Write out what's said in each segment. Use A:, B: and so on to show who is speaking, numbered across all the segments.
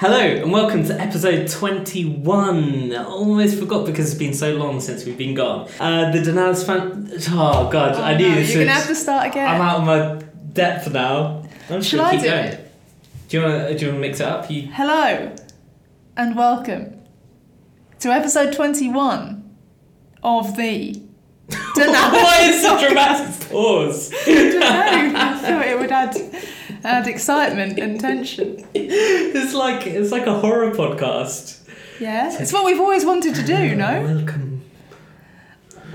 A: Hello and welcome to episode 21. I almost forgot because it's been so long since we've been gone. Uh, the Denals fan. Oh god, I knew
B: no,
A: this
B: You're
A: was.
B: gonna have to start again.
A: I'm out of my depth now. I'm just
B: Shall
A: gonna
B: I
A: keep
B: do
A: going.
B: it?
A: Do you want to? Do you want to mix it up? You,
B: Hello, and welcome to episode 21 of the.
A: Why is
B: Denali
A: the dramatic pause?
B: don't know. I thought it would add, add excitement and tension.
A: It's like it's like a horror podcast.
B: Yeah, it's what we've always wanted to do, no?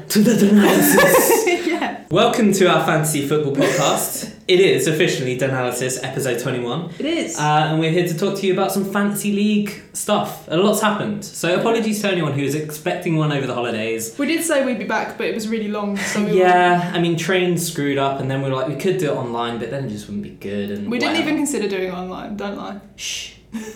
A: Welcome to the Denalysis.
B: yeah.
A: welcome to our fantasy football podcast. It is officially Denalysis episode twenty-one.
B: It is.
A: Uh, and we're here to talk to you about some fantasy league stuff. A lot's happened. So apologies to anyone who was expecting one over the holidays.
C: We did say we'd be back, but it was really long, so we
A: Yeah, I mean, trains screwed up, and then we were like, we could do it online, but then it just wouldn't be good. And
C: won't. we didn't
A: whatever.
C: even consider doing it online. Don't lie.
A: Shh,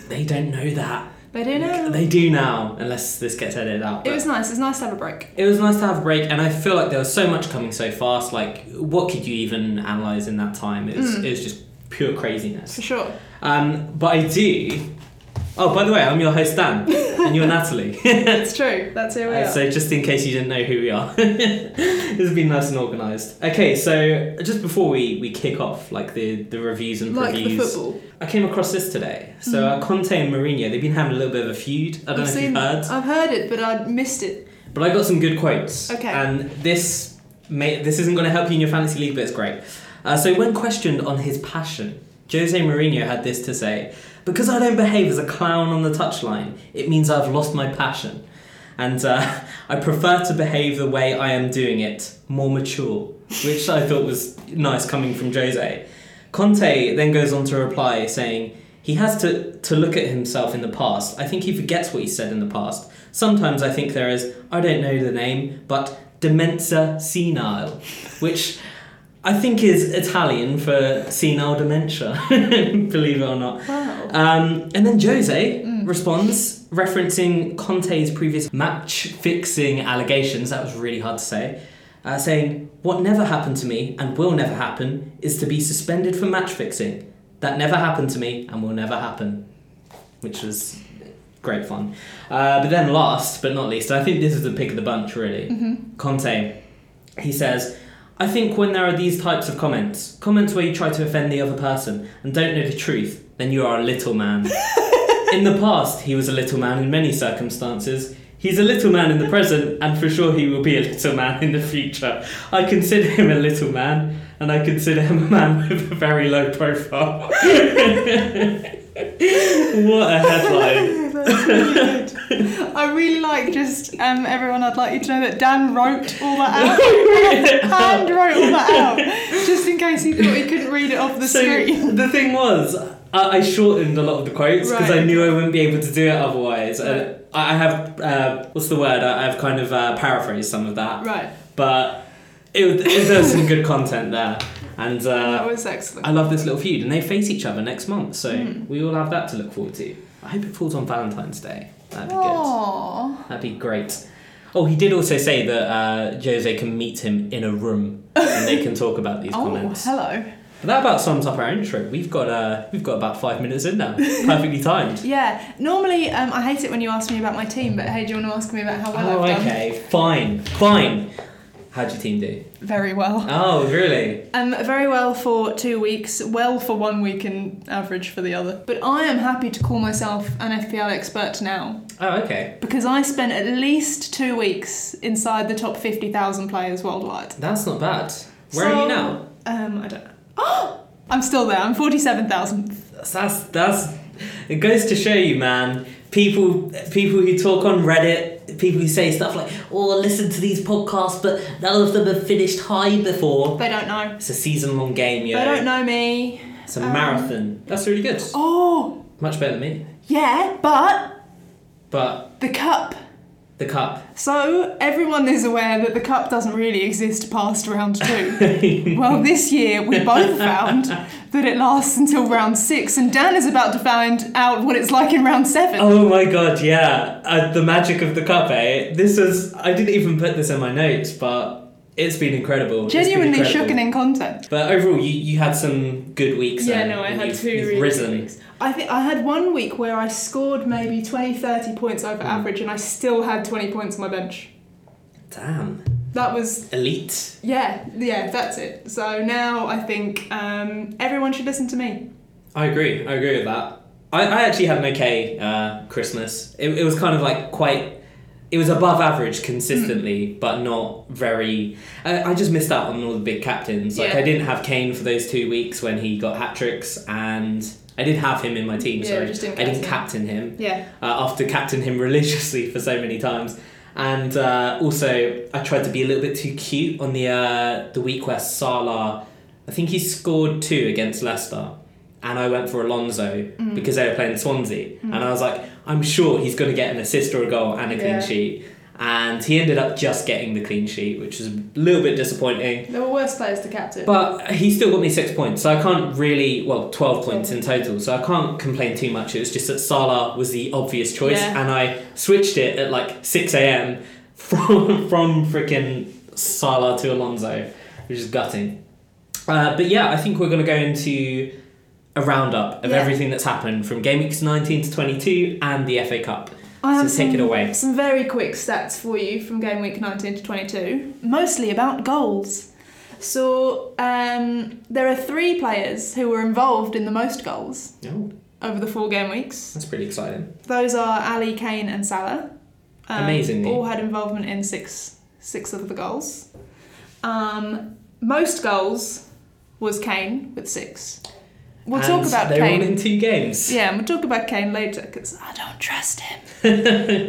A: they don't know that.
C: They don't know.
A: They do now, unless this gets edited out.
C: it was nice. It's nice to have a break.
A: It was nice to have a break, and I feel like there was so much coming so fast. Like, what could you even analyze in that time? It was,
C: Mm.
A: it was just pure craziness.
C: For sure.
A: Um, but I do. Oh, by the way, I'm your host Dan, and you're Natalie.
C: It's true. That's who we
A: Uh,
C: are.
A: so just in case you didn't know who we are, this has been nice and organised. Okay, so just before we, we kick off, like the, the reviews and
C: like the
A: previews,
C: football. Mm-hmm.
A: I came across this today. So uh, Conte and Mourinho, they've been having a little bit of a feud. I don't know if you've heard,
C: I've heard it, but I missed it.
A: but I got some good quotes.
C: Okay.
A: And this may, this isn't going to help you in your fantasy league, but it's great. Uh, so when questioned on his passion, Jose Mourinho had this to say: "Because I don't behave as a clown on the touchline, it means I've lost my passion." and uh, I prefer to behave the way I am doing it, more mature, which I thought was nice coming from Jose. Conte then goes on to reply saying, he has to, to look at himself in the past. I think he forgets what he said in the past. Sometimes I think there is, I don't know the name, but dementia senile, which I think is Italian for senile dementia, believe it or not.
C: Wow.
A: Um, and then Jose responds, referencing Conte's previous match fixing allegations. That was really hard to say. Uh, saying, What never happened to me and will never happen is to be suspended for match fixing. That never happened to me and will never happen. Which was great fun. Uh, but then, last but not least, I think this is the pick of the bunch, really. Conte, he says, I think when there are these types of comments, comments where you try to offend the other person and don't know the truth, then you are a little man. in the past, he was a little man in many circumstances. He's a little man in the present, and for sure he will be a little man in the future. I consider him a little man, and I consider him a man with a very low profile. what a headline!
C: That's really good.
B: I really like just um, everyone. I'd like you to know that Dan wrote all that out.
A: Hand
B: Hand wrote all that out, just in case he thought he couldn't read it off the
A: so
B: screen.
A: the thing was, I, I shortened a lot of the quotes because I
C: Right.
A: knew I wouldn't be able to do it otherwise.
C: Right.
A: And I I have uh, what's the word? I, I've kind of uh, paraphrased some of that,
C: Right.
A: but it, was- it there's some good content there, and
C: That
A: uh,
C: was excellent.
A: I love this little feud. And they face each other next month, so
C: Hmm.
A: we all have that to look forward to. I hope it falls on Valentine's Day. That'd be good.
B: Aww.
A: That'd be great. Oh, he did also say that uh, Jose can meet him in a room and they can talk about these
B: Oh,
A: comments.
B: hello.
A: But that about sums up our intro. We've got uh, we've got about five minutes in now, perfectly timed.
B: Yeah, normally um, I hate it when you ask me about my team, but hey, do you want to ask me about how well
A: oh,
B: I've done?
A: okay, fine, fine. How'd your team do?
B: Very well.
A: Oh, really?
B: Um, very well for two weeks, well for one week, and average for the other. But I am happy to call myself an FPL expert now
A: Oh, okay.
B: because I spent at least two weeks inside the top 50,000 players worldwide.
A: That's not bad. Where are
B: So-
A: you now?
B: Um, I don't know. I'm still there, I'm 47,000.
A: That's, that's that's. It goes to show you, man. People people who talk on Reddit, people who say stuff like, "Oh, I listened to these podcasts, but none of them have finished high before."
B: They don't know.
A: It's a season long game, yo.
B: They don't know me.
A: It's a
B: Um,
A: marathon. That's really good.
B: Oh,
A: Much better than me.
B: yeah, but
A: But
B: the cup.
A: the cup.
B: So, everyone is aware that the cup doesn't really exist past round two. well, this year we both found that it lasts until round six, and Dan is about to find out what it's like in round seven.
A: Oh my god, yeah. Uh, the magic of the cup, eh? This is. I didn't even put this in my notes, but it's been incredible. It's been
B: Genuinely
A: incredible.
B: shocking in content.
A: But overall, you, you had some good weeks.
C: yeah,
A: eh?
C: no, I
A: And
C: had
A: you've-
C: two
A: you've
C: really good
A: risen.
C: weeks.
D: I think I had one week where I scored
B: maybe 20, 30
D: points over
A: Mm.
D: average, and I still had twenty points on my bench.
A: Damn.
D: That was
A: Elite.
D: yeah, yeah, that's it. So now I think um, everyone should listen to me.
A: I agree. I agree with that. I, I actually had an okay uh, Christmas. It, it was kind of like quite. It was above average
B: Hmm.
A: consistently, but not very. I, I just missed out on all the big captains. Like
B: Yeah.
A: I didn't have Kane for those two weeks when he got hat tricks, and I did have him in my team.
B: Yeah,
A: so
B: just didn't
A: I didn't captain
B: captain
A: him
D: Yeah,
A: uh, after captain him religiously for so many times. And uh, also, I tried to be a little bit too cute on the uh, the week where Salah, I think he scored two against Leicester, and I went for Alonso because they were playing Swansea, and I was like, I'm sure he's going to get an assist or a goal and a
B: Yeah.
A: clean sheet, and he ended up just getting the clean sheet, which was a little bit disappointing.
B: There were worse players to captain.
A: But he still got me six points, so I can't really well twelve points in total, so I can't complain too much. It was just that Salah was the obvious choice,
D: Yeah.
A: and I switched it at like six a.m. from from freaking Salah to Alonso, which is gutting. Uh, but yeah, I think we're gonna go into a roundup of
B: Yeah.
A: everything that's happened from game weeks nineteen to twenty-two and the FA Cup.
D: I
A: so
D: have
A: take it
D: some-
A: away.
B: Some very quick stats for you from game week 19 to 22,
D: mostly about goals.
B: So um, there are three players who were involved in the most goals
A: Oh,
B: over the four game weeks.
A: that's pretty exciting.
B: Those are Ali, Kane, and Salah. Um,
A: Amazingly.
B: All had involvement in six six of the goals. Um, most goals was Kane with six. We'll talk
A: And
B: about
A: they
B: Kane.
A: were all in two games.
B: Yeah, and we'll talk about Kane later because I don't trust him.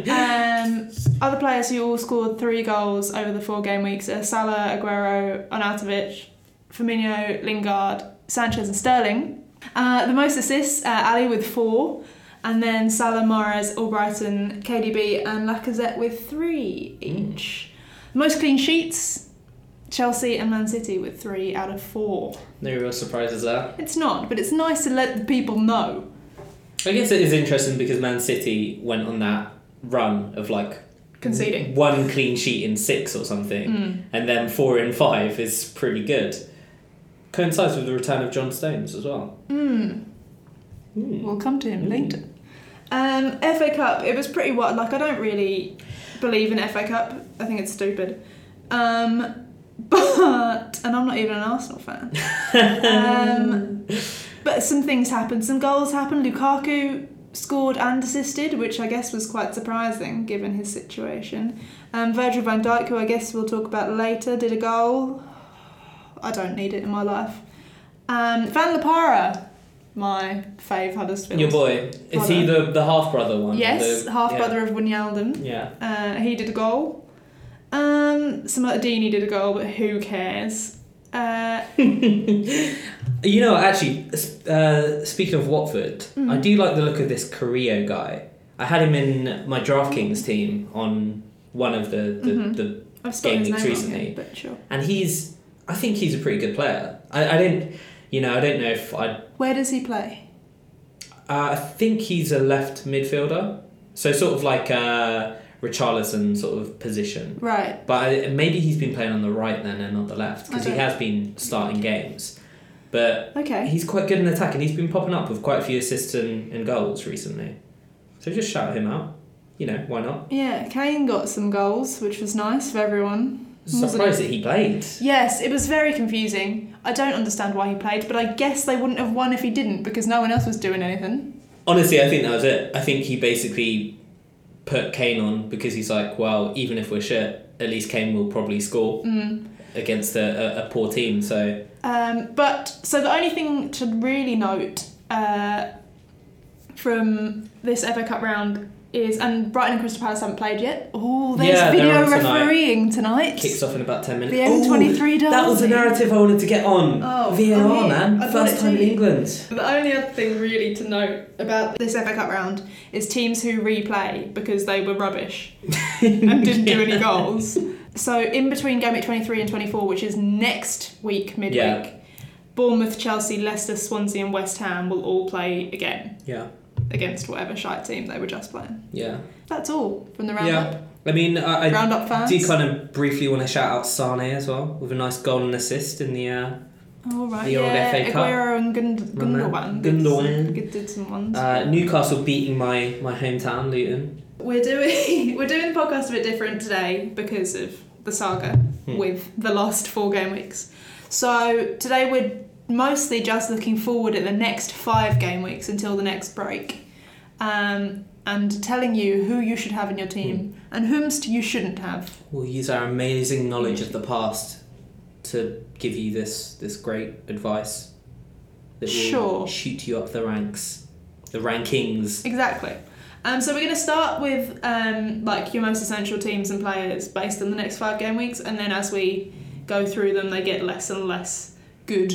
B: um, other players who all scored three goals over the four game weeks are Salah, Aguero, Onatovic, Firmino, Lingard, Sanchez, and Sterling. Uh, the most assists, uh, Ali with four, and then Salah, Mares, Albrighton, KDB, and Lacazette with three each. Most clean sheets, Chelsea and Man City with three out of four.
A: No real surprises there.
B: It's not, but it's nice to let the people know.
A: I guess it is interesting because Man City went on that run of like
B: Conceding.
A: one clean sheet in six or something,
B: Mm.
A: and then four in five is pretty good. Coincides with the return of John Stones as well. Mm.
B: Hmm, We'll come to him
A: Mm.
B: later. Um, FA Cup, it was pretty wild. Like, I don't really believe in FA Cup. I think it's stupid. Um, but, and I'm not even an Arsenal fan. um, but some things happened. Some goals happened. Lukaku scored and assisted, which I guess was quite surprising given his situation. Um, Virgil van Dijk, who I guess we'll talk about later, did a goal. I don't need it in my life. Um, Van Lapara, my fave Huddersfield.
A: Your boy. Is he the, the half brother one?
B: Yes,
A: The-
B: half
A: yeah.
B: brother of Wijnaldum.
A: Yeah.
B: Uh, he did a goal. Um, some Dini did a goal, but who cares? Uh,
A: You know, actually, s- uh, speaking of Watford,
B: Mm.
A: I do like the look of this Carrillo guy. I had him in my DraftKings team on one of the, the,
B: Mhm.
A: the
B: I've spoken his
A: Game weeks
B: name
A: recently.
B: recently, but sure.
A: and he's I think he's a pretty good player. I, I didn't you know I don't know if I uh,
B: Where does he play?
A: I think he's a left midfielder, so sort of like uh, Richarlison sort of position.
B: Right.
A: But I, maybe he's been playing on the right then and not the left because he
B: Okay.
A: has been starting games. But
B: Okay.
A: he's quite good in attack and he's been popping up with quite a few assists and, and goals recently. So just shout him out. You know why not?
B: Yeah, Kane got some goals, which was nice for everyone. Wasn't
A: Surprised that he played.
B: Yes, it was very confusing. I don't understand why he played, but I guess they wouldn't have won if he didn't because no one else was doing anything.
A: Honestly, I think that was it. I think he basically put Kane on because he's like, well, even if we're shit, at least Kane will probably score
B: Mm.
A: against a, a, a poor team. So
B: Um, but so the only thing to really note uh, from this FA Cup round is, and Brighton and Crystal Palace haven't played yet. Oh, there's
A: Yeah, they're
B: video
A: on tonight.
B: refereeing tonight.
A: kicks off in about 10 minutes.
B: The M23 derby.
A: that was a narrative I wanted to get on.
B: Oh,
A: VAR,
B: I mean,
A: man.
B: I'd want
A: First
B: it
A: time in
B: too.
A: England.
B: The only other thing really to note about this FA Cup round is teams who replay because they were rubbish and didn't do any goals. So in between game week 23 and 24, which is next week midweek,
A: Yeah.
B: Bournemouth, Chelsea, Leicester, Swansea, and West Ham will all play again
A: Yeah,
B: against whatever shite team they were just playing.
A: yeah.
B: That's all from the
A: yeah.
B: roundup.
A: I mean, I, I
B: Roundup fans.
A: do kind of briefly want to shout out Sane as well with a nice goal and assist in the uh,
D: All right.
A: The old
D: yeah,
A: FA Cup.
D: Aguero and Gund-
A: Remember?
D: Gundogan.
A: Gundogan.
D: Did, some, did some ones.
A: Uh, Newcastle beating my, my hometown, Luton.
B: We're doing we're doing the podcast a bit different today because of the saga
A: Hmm.
B: with the last four game weeks. So today we're mostly just looking forward at the next five game weeks until the next break, um, and telling you who you should have in your team and whomst you shouldn't have.
A: We'll use our amazing knowledge of the past to give you this this great advice that will
B: Sure.
A: shoot you up the ranks, the rankings.
B: Exactly. Um, so we're going to start with um, like your most essential teams and players based on the next five game weeks, and then as we go through them, they get less and less good.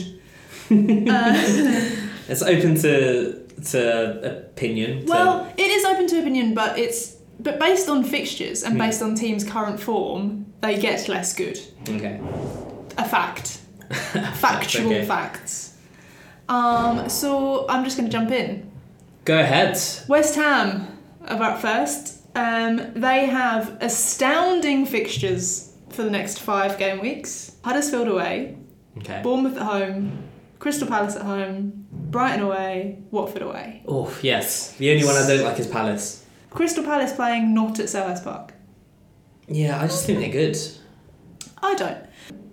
B: Uh,
A: It's open to to opinion. to-
B: well, it is open to opinion, but it's but based on fixtures and
A: Hmm.
B: based on teams' current form, they get less good.
A: okay.
B: A fact, factual
A: Okay.
B: facts. Um, so I'm just going to jump in.
A: Go ahead.
B: West Ham are up first. Um, they have astounding fixtures for the next five game weeks. Huddersfield away,
A: Okay.
B: Bournemouth at home, Crystal Palace at home, Brighton away, Watford away.
A: Oh yes. The only one I don't like is Palace.
B: Crystal Palace playing not at Selhurst Park.
A: Yeah, I just think they're good.
B: I don't.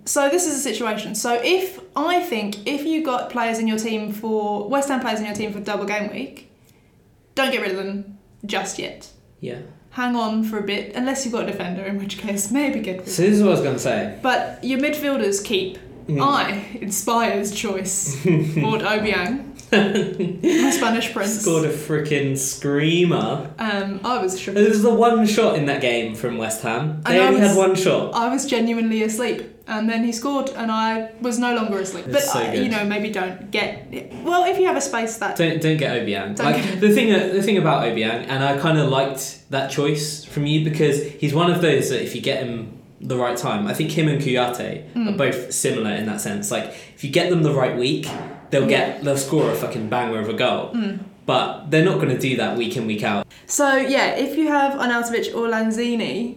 B: So this is a situation. So if I think if you got players in your team for West Ham players in your team for double game week, don't get rid of them just yet.
A: Yeah.
B: Hang on for a bit, unless you've got a defender, in which case maybe get rid of
A: So this is what I was gonna say.
B: But your midfielders keep.
A: Mm.
B: I inspires choice. Lord Obiang, my Spanish prince.
A: Scored a freaking screamer.
B: Um, I was shook.
A: It was the one shot in that game from West Ham.
B: And
A: They
B: I
A: only
B: was-
A: had one shot.
B: I was genuinely asleep, and then he scored, and I was no longer asleep.
A: It's
B: but
A: so
B: I,
A: good.
B: you know, maybe don't get. Well, if you have a space that
A: Don't don't get Obiang.
B: Don't
A: like
B: get-
A: the thing the thing about Obiang, and I kind of liked that choice from you because he's one of those that if you get him the right time, I think him and Kuyate
B: Hmm.
A: are both similar in that sense. Like if you get them the right week, they'll get
B: Hmm.
A: they'll score a fucking banger of a goal. But they're not going to do that week in week out.
B: So yeah, if you have Arnautovic or Lanzini,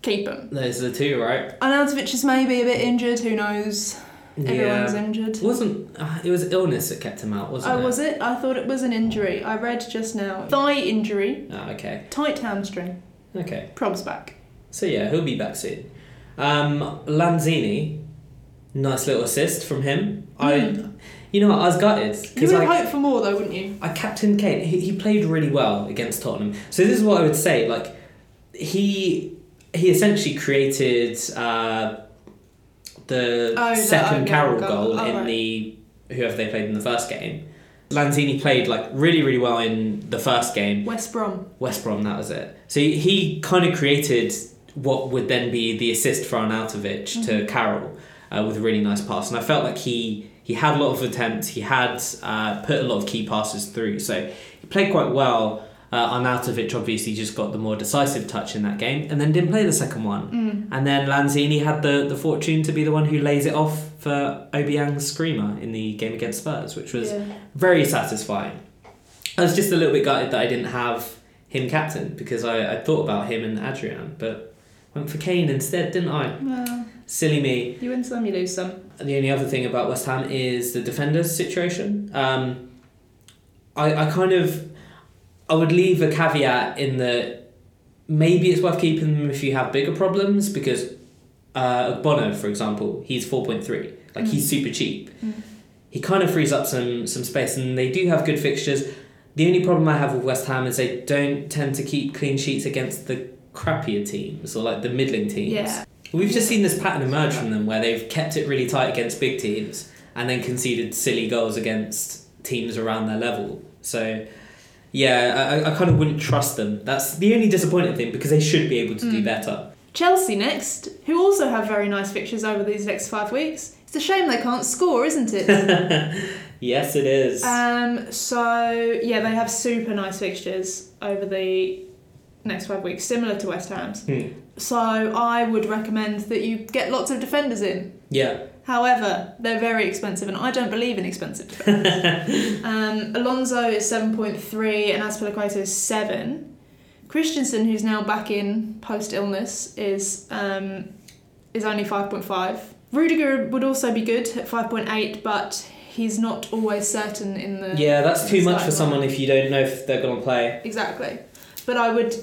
B: keep them.
A: Those are the two, right?
B: Arnautovic is maybe a bit injured. Who knows? Everyone's injured.
A: It wasn't uh, it was illness that kept him out, wasn't
B: Oh,
A: it?
B: was it? I thought it was an injury. I read just now thigh injury,
A: Oh, okay,
B: tight hamstring,
A: okay.
B: probs back.
A: So yeah, he'll be back soon. Um, Lanzini, nice little assist from him. I, you know, what, I was gutted
B: Hmm. You
A: because
B: would
A: I,
B: hope for more though, wouldn't you?
A: I captained Kane. He, he played really well against Tottenham. So this is what I would say. Like, he he essentially created uh, the
B: Oh, the
A: second
B: own
A: Carroll
B: goal.
A: goal
B: Oh,
A: in
B: right.
A: the whoever they played in the first game. Lanzini played like really really well in the first game.
B: West Brom.
A: West Brom, that was it. So he- he kind of created what would then be the assist for Arnautovic to Carroll uh, with a really nice pass. And I felt like he, he had a lot of attempts, he had uh, put a lot of key passes through. So he played quite well. Uh, Arnautovic obviously just got the more decisive touch in that game and then didn't play the second one. And then Lanzini had the, the fortune to be the one who lays it off for Obiang's screamer in the game against Spurs, which was
B: Yeah.
A: very satisfying. I was just a little bit gutted that I didn't have him captain because I, I thought about him and Adrian, but went for Kane instead, didn't I?
B: Well,
A: Silly me.
B: you win some, you lose some.
A: And the only other thing about West Ham is the defenders situation. Um, I, I kind of I would leave a caveat in that maybe it's worth keeping them if you have bigger problems because uh, Bono, for example, he's four point three, like he's super cheap. He kind of frees up some some space, and they do have good fixtures. The only problem I have with West Ham is they don't tend to keep clean sheets against the crappier teams or like the middling teams.
B: Yeah.
A: We've just seen this pattern emerge from them where they've kept it really tight against big teams and then conceded silly goals against teams around their level. So, yeah, I, I kind of wouldn't trust them. That's the only disappointing thing because they should be able to do better.
B: Chelsea next, who also have very nice fixtures over these next five weeks. It's a shame they can't score, isn't it?
A: Yes, it is.
B: um, so yeah, they have super nice fixtures over the next five weeks, similar to West Ham's.
A: Hmm.
B: So I would recommend that you get lots of defenders in.
A: Yeah.
B: However, they're very expensive, and I don't believe in expensive defenders. um, Alonso is seven point three, and Aspilicueta is seven. Christensen, who's now back in post illness, is um, is only five point five. Rudiger would also be good at 5.8, but he's not always certain in the.
A: Yeah, that's too
B: in the
A: much for
B: starting
A: someone
B: lineup.
A: if you don't know if they're going to play.
B: Exactly. But I would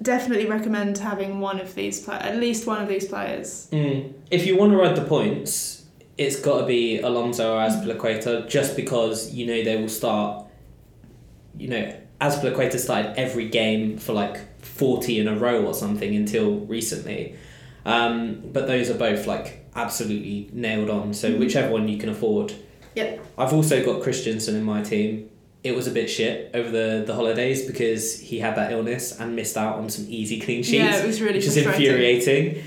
B: definitely recommend having one of these players, at least one of these players.
A: Mm. If you want to ride the points, it's got to be Alonso or Azpilicueta just because you know they will start. You know, Azpilicueta started every game for like 40 in a row or something until recently. Um, but those are both like absolutely nailed on. So whichever one you can afford.
B: Mm-hmm. Yep.
A: I've also got Christensen in my team. It was a bit shit over the, the holidays because he had that illness and missed out on some easy clean sheets
B: Yeah, it was really
A: which is
B: frustrating.
A: infuriating.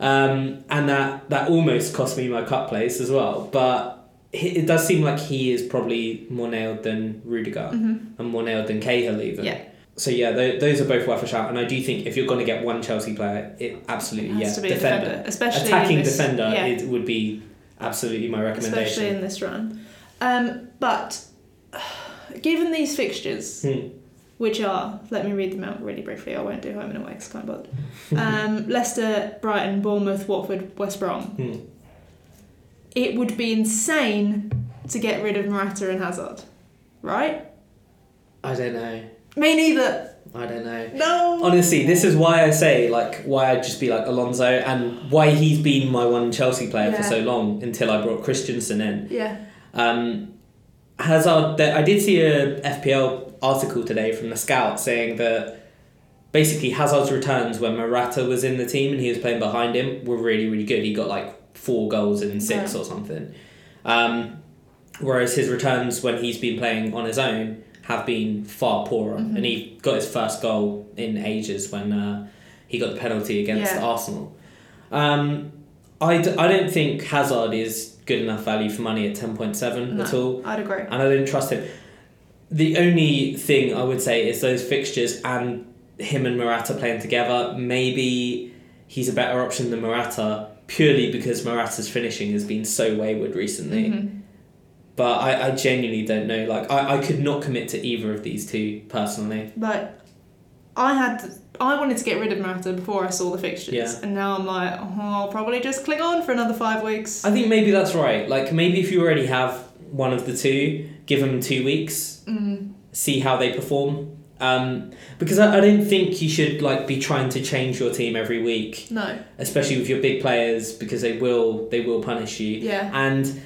A: Um, and that that almost cost me my cup place as well. But he- it does seem like he is probably more nailed than Rudiger
B: Mhm.
A: and more nailed than Cahill even.
B: Yeah.
A: So yeah, tho- those are both worth a shout. And I do think if you're going to get one Chelsea player, it
B: It
A: absolutely
B: has
A: yeah,
B: to be a
A: defender,
B: defender, especially in
A: attacking
B: this-
A: defender,
B: yeah.
A: it would be absolutely my recommendation.
B: especially in this run. Um, but given these fixtures,
A: Hmm.
B: which are, let me read them out really briefly, I won't do home and away because I can't bother. Um, Leicester, Brighton, Bournemouth, Watford, West Brom.
A: Hmm.
B: It would be insane to get rid of Morata and Hazard, right?
A: I don't know.
B: Me neither.
A: I don't know.
B: No.
A: Honestly, this is why I say like why I'd just be like Alonso and why he's been my one Chelsea player for
B: Yeah.
A: so long until I brought Christensen in.
B: Yeah.
A: Um, Hazard, there, I did see a FPL article today from the Scout saying that basically Hazard's returns when Morata was in the team and he was playing behind him were really really good. He got like four goals in six or something. Um, whereas his returns when he's been playing on his own have been far poorer, and he got his first goal in ages when uh, he got the penalty against
B: Yeah.
A: Arsenal. Um, I, d- I don't think Hazard is good enough value for money at 10.7 at
B: No,
A: all,
B: I'd agree.
A: and I don't trust him. The only thing I would say is those fixtures and him and Murata playing together. Maybe he's a better option than Murata purely because Murata's finishing has been so wayward recently.
B: Mhm.
A: But I, I genuinely don't know. Like, I, I could not commit to either of these two personally.
B: Like, I had. I wanted to get rid of Morata before I saw the fixtures,
A: Yeah.
B: and now I'm like, oh, I'll probably just cling on for another five weeks.
A: I think maybe that's right. Like, maybe if you already have one of the two, give them two weeks
B: Mm,
A: see how they perform. Um, because I, I don't think you should like be trying to change your team every week,
B: no.
A: especially with your big players, because they will they will punish you.
B: Yeah.
A: And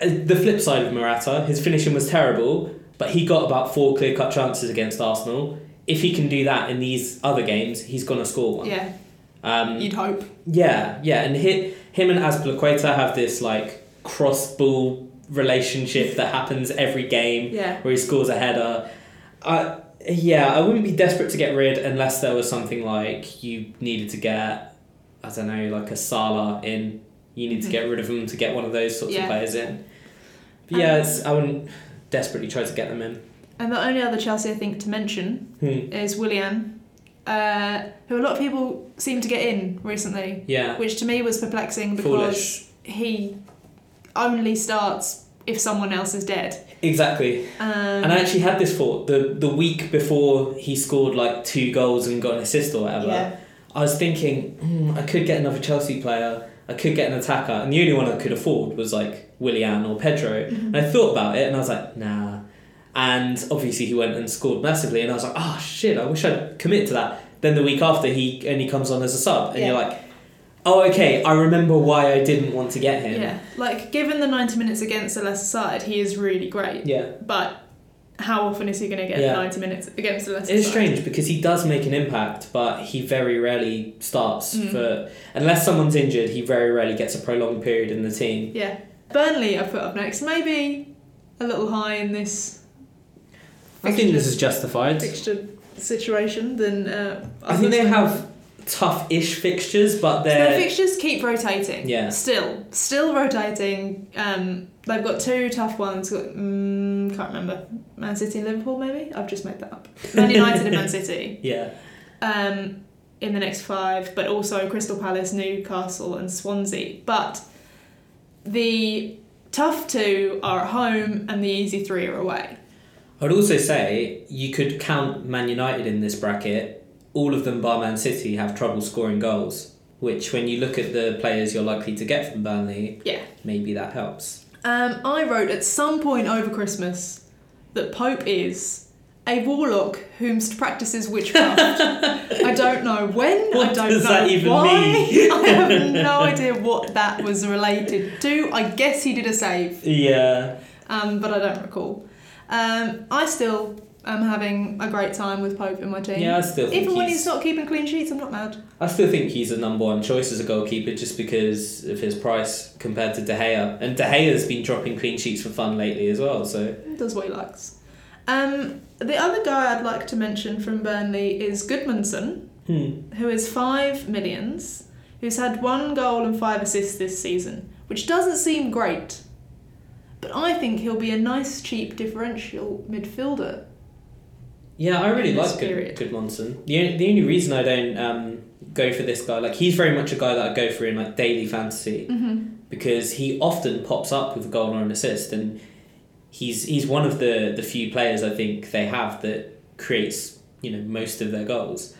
A: uh, the flip side of Morata, his finishing was terrible, but he got about four clear cut chances against Arsenal. If he can do that in these other games, he's gonna score one.
B: Yeah.
A: Um,
B: You'd hope.
A: yeah, yeah, and hi him and Azpilicueta have this like cross ball relationship that happens every game
B: Yeah.
A: where he scores a header. I yeah, I wouldn't be desperate to get rid unless there was something like you needed to get, I don't know, like a Salah in. You need to get rid of him to get one of those sorts
B: Mm-hmm. Yeah. Um,
A: of players in. But yeah, it's, I wouldn't desperately try to get them in.
B: And the only other Chelsea I think to mention
A: Hmm.
B: is Willian, uh, who a lot of people seem to get in recently,
A: Yeah,
B: which to me was perplexing because
A: foolish.
B: he only starts if someone else is dead.
A: Exactly.
B: Um,
A: And I actually had this thought the the week before he scored like two goals and got an assist or whatever.
B: yeah.
A: I was thinking, hmm, I could get another Chelsea player, I could get an attacker, and the only one I could afford was like Willian or Pedro.
B: Mm-hmm.
A: And I thought about it and I was like, nah. And obviously he went and scored massively, and I was like, oh shit, I wish I'd commit to that. Then the week after, he only comes on as a sub, and
B: Yeah.
A: you're like, oh, okay, I remember why I didn't want to get him.
B: yeah. Like, given the 90 minutes against the Leicester side, he is really great.
A: Yeah.
B: But how often is he going to get
A: Yeah.
B: 90 minutes against the Leicester
A: It's
B: side?
A: strange because he does make an impact, but he very rarely starts
B: Mm.
A: for. Unless someone's injured, he very rarely gets a prolonged period in the team.
B: Yeah. Burnley, I put up next. Maybe a little high in this
A: I think this is justified.
B: fixture situation than. Uh,
A: I think they
B: others.
A: have tough-ish fixtures, but
B: So their
A: they're
B: fixtures keep rotating.
A: Yeah.
B: Still, still rotating. Um, they've got two tough ones. Got, mm, can't remember. Man City and Liverpool, maybe. I've just made that up. Man United and Man City.
A: yeah,
B: Um, in the next five, but also Crystal Palace, Newcastle, and Swansea. But the tough two are at home, and the easy three are away.
A: I'd also say you could count Man United in this bracket. All of them, bar Man City, have trouble scoring goals. which when you look at the players you're likely to get from Burnley,
B: Yeah.
A: maybe that helps.
B: Um, I wrote at some point over Christmas that Pope is a warlock whomst practices witchcraft. I don't know when. I
A: What
B: don't
A: does
B: know
A: that even
B: why.
A: mean?
B: I have no idea what that was related to. I guess he did a save,
A: Yeah.
B: um, but I don't recall. Um, I still am having a great time with Pope in my team.
A: Yeah, I still think
B: Even when
A: he's,
B: he's not keeping clean sheets, I'm not mad.
A: I still think he's a number one choice as a goalkeeper just because of his price compared to De Gea. And De Gea's been dropping clean sheets for fun lately as well, so
B: He does what he likes. Um, the other guy I'd like to mention from Burnley is Goodmanson.
A: hmm.
B: who is five millions, who's had one goal and five assists this season, which doesn't seem great. But I think he'll be a nice, cheap differential midfielder.
A: Yeah, I really
B: In this
A: like good,
B: period.
A: good Monson. The, on- the only reason I don't um, go for this guy, like he's very much a guy that I go for in like daily fantasy.
B: Mm-hmm.
A: because he often pops up with a goal or an assist, and he's he's one of the the few players I think they have that creates you know most of their goals.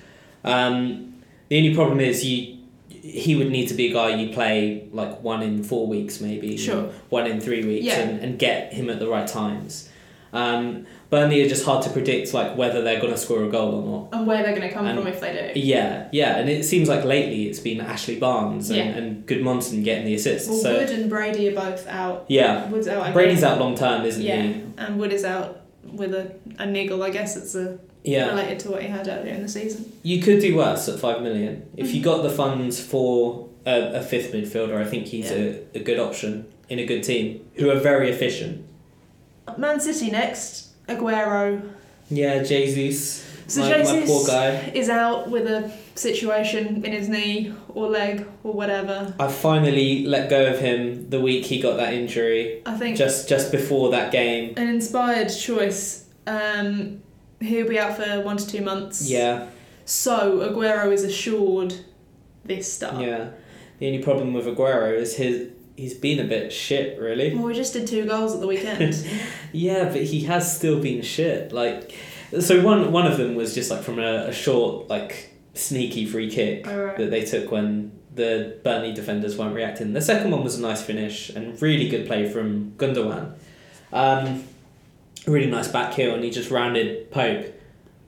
A: Um, the only problem is you he would need to be a guy you play like one in four weeks maybe you know,
B: Sure.
A: one in three weeks
B: Yeah.
A: and, and get him at the right times. Um, Burnley are just hard to predict like whether they're gonna score a goal or not.
B: And where they're going to come
A: And-
B: from if they do.
A: Yeah, yeah, and it seems like lately it's been Ashley Barnes and,
B: Yeah.
A: and Goodmanson getting the assist.
B: Well,
A: so
B: Wood and Brady are both out.
A: yeah,
B: Wood's out. I
A: Brady's
B: guess.
A: out long term, isn't
B: Yeah,
A: he?
B: and Wood is out with a, a niggle. I guess it's a,
A: Yeah.
B: related to what he had earlier in the season.
A: You could do worse at five million. If
B: Mm-hmm.
A: you got the funds for a, a fifth midfielder, I think he's a, a good option in a good team who are very efficient.
B: Man City next. Aguero
A: Yeah, Jesus.
B: So
A: my, my
B: Jesus-
A: poor guy.
B: is out with a situation in his knee or leg or whatever.
A: I finally let go of him the week he got that injury,
B: I think
A: just just before that game.
B: an inspired choice. Um, he'll be out for one to two months.
A: Yeah,
B: So Aguero is assured this stuff.
A: yeah. The only problem with Aguero is his he's been a bit shit, really.
B: Well, we just did two goals at the weekend.
A: Yeah, but he has still been shit. Like, so one one of them was just like from a, a short, like sneaky free kick
B: All right.
A: that they took when the Burnley defenders weren't reacting. The second one was a nice finish and really good play from Gundogan. Um, really nice back heel, and he just rounded Pope.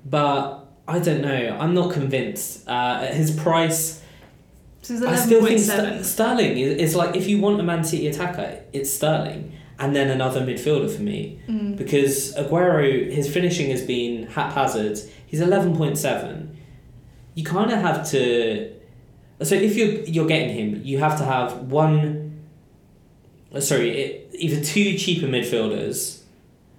A: But I don't know. I'm not convinced. Uh, at his price,
B: So it's
A: I still think Ster-
B: 11.7.
A: Sterling is, is like if you want a Man City attacker, it's Sterling, and then another midfielder for me
B: Mm.
A: because Aguero, his finishing has been haphazard. He's eleven point seven. You kind of have to. So if you're you're getting him, you have to have one. uh, Sorry, it, either two cheaper midfielders,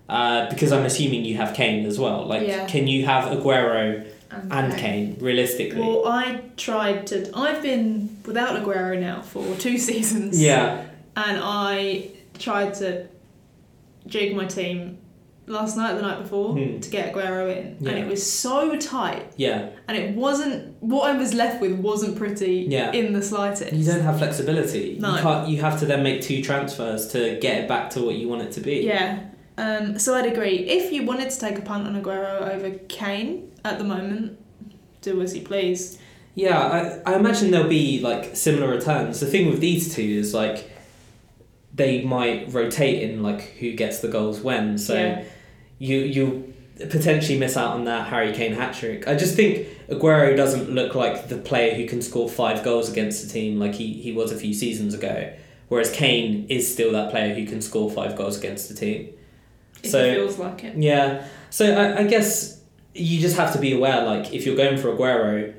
A: uh, because I'm assuming you have Kane as well. Like,
B: Yeah.
A: can you have Aguero and Kane realistically?
B: Well, I tried to. I've been without Aguero now for two seasons.
A: yeah,
B: And I tried to jig my team last night, the night before,
A: Hmm.
B: to get Aguero in,
A: Yeah.
B: and it was so tight.
A: yeah.
B: and it wasn't what I was left with wasn't pretty
A: Yeah.
B: in the slightest.
A: You don't have flexibility.
B: No.
A: You can't. You have to then make two transfers to get it back to what you want it to be.
B: yeah. Um, so I'd agree. If you wanted to take a punt on Aguero over Kane at the moment, do as you please.
A: Yeah, I, I imagine there'll be like similar returns. The thing with these two is like they might rotate in like who gets the goals when. So
B: Yeah.
A: you you potentially miss out on that Harry Kane hat trick. I just think Aguero doesn't look like the player who can score five goals against a team like he, he was a few seasons ago. Whereas Kane is still that player who can score five goals against the team.
B: If
A: So-
B: it feels like it.
A: Yeah. So I, I guess you just have to be aware, like, if you're going for Aguero,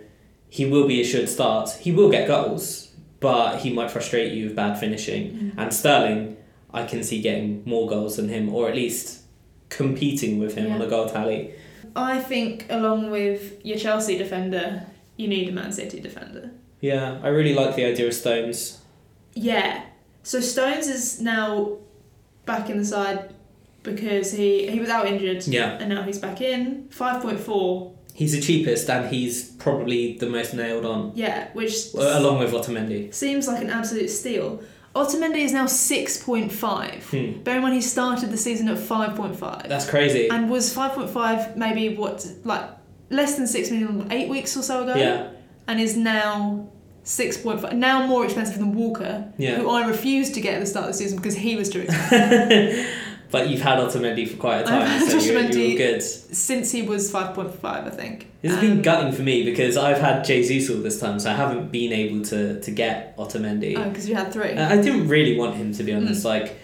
A: he will be assured starts. He will get goals, but he might frustrate you with bad finishing.
B: Mm.
A: And Sterling, I can see getting more goals than him, or at least competing with him on
B: Yeah.
A: the goal tally.
B: I think along with your Chelsea defender, you need a Man City defender.
A: Yeah, I really like the idea of Stones.
B: Yeah. So Stones is now back in the side because he he was out injured
A: Yeah.
B: and now he's back in. Five point four.
A: He's the cheapest and he's probably the most nailed on,
B: Yeah, which
A: well, along with Otamendi.
B: Seems like an absolute steal. Otamendi is now 6.5.
A: Hmm.
B: Bear in mind he started the season at 5.5.
A: That's crazy.
B: and was 5.5 maybe what, like less than 6 million eight weeks or so ago?
A: Yeah.
B: And is now six point five. Now more expensive than Walker,
A: Yeah.
B: who I refused to get at the start of the season because he was too expensive
A: but you've had Otamendi for quite a
B: I've
A: time,
B: had
A: so you're, you're
B: Otamendi.
A: good.
B: since he was five point five, I think.
A: This has
B: Um,
A: been gutting for me because I've had Jesus all this time, so I haven't been able to, to get Otamendi.
B: Oh, Hmm. because you had three.
A: I I didn't really want him to be honest, like,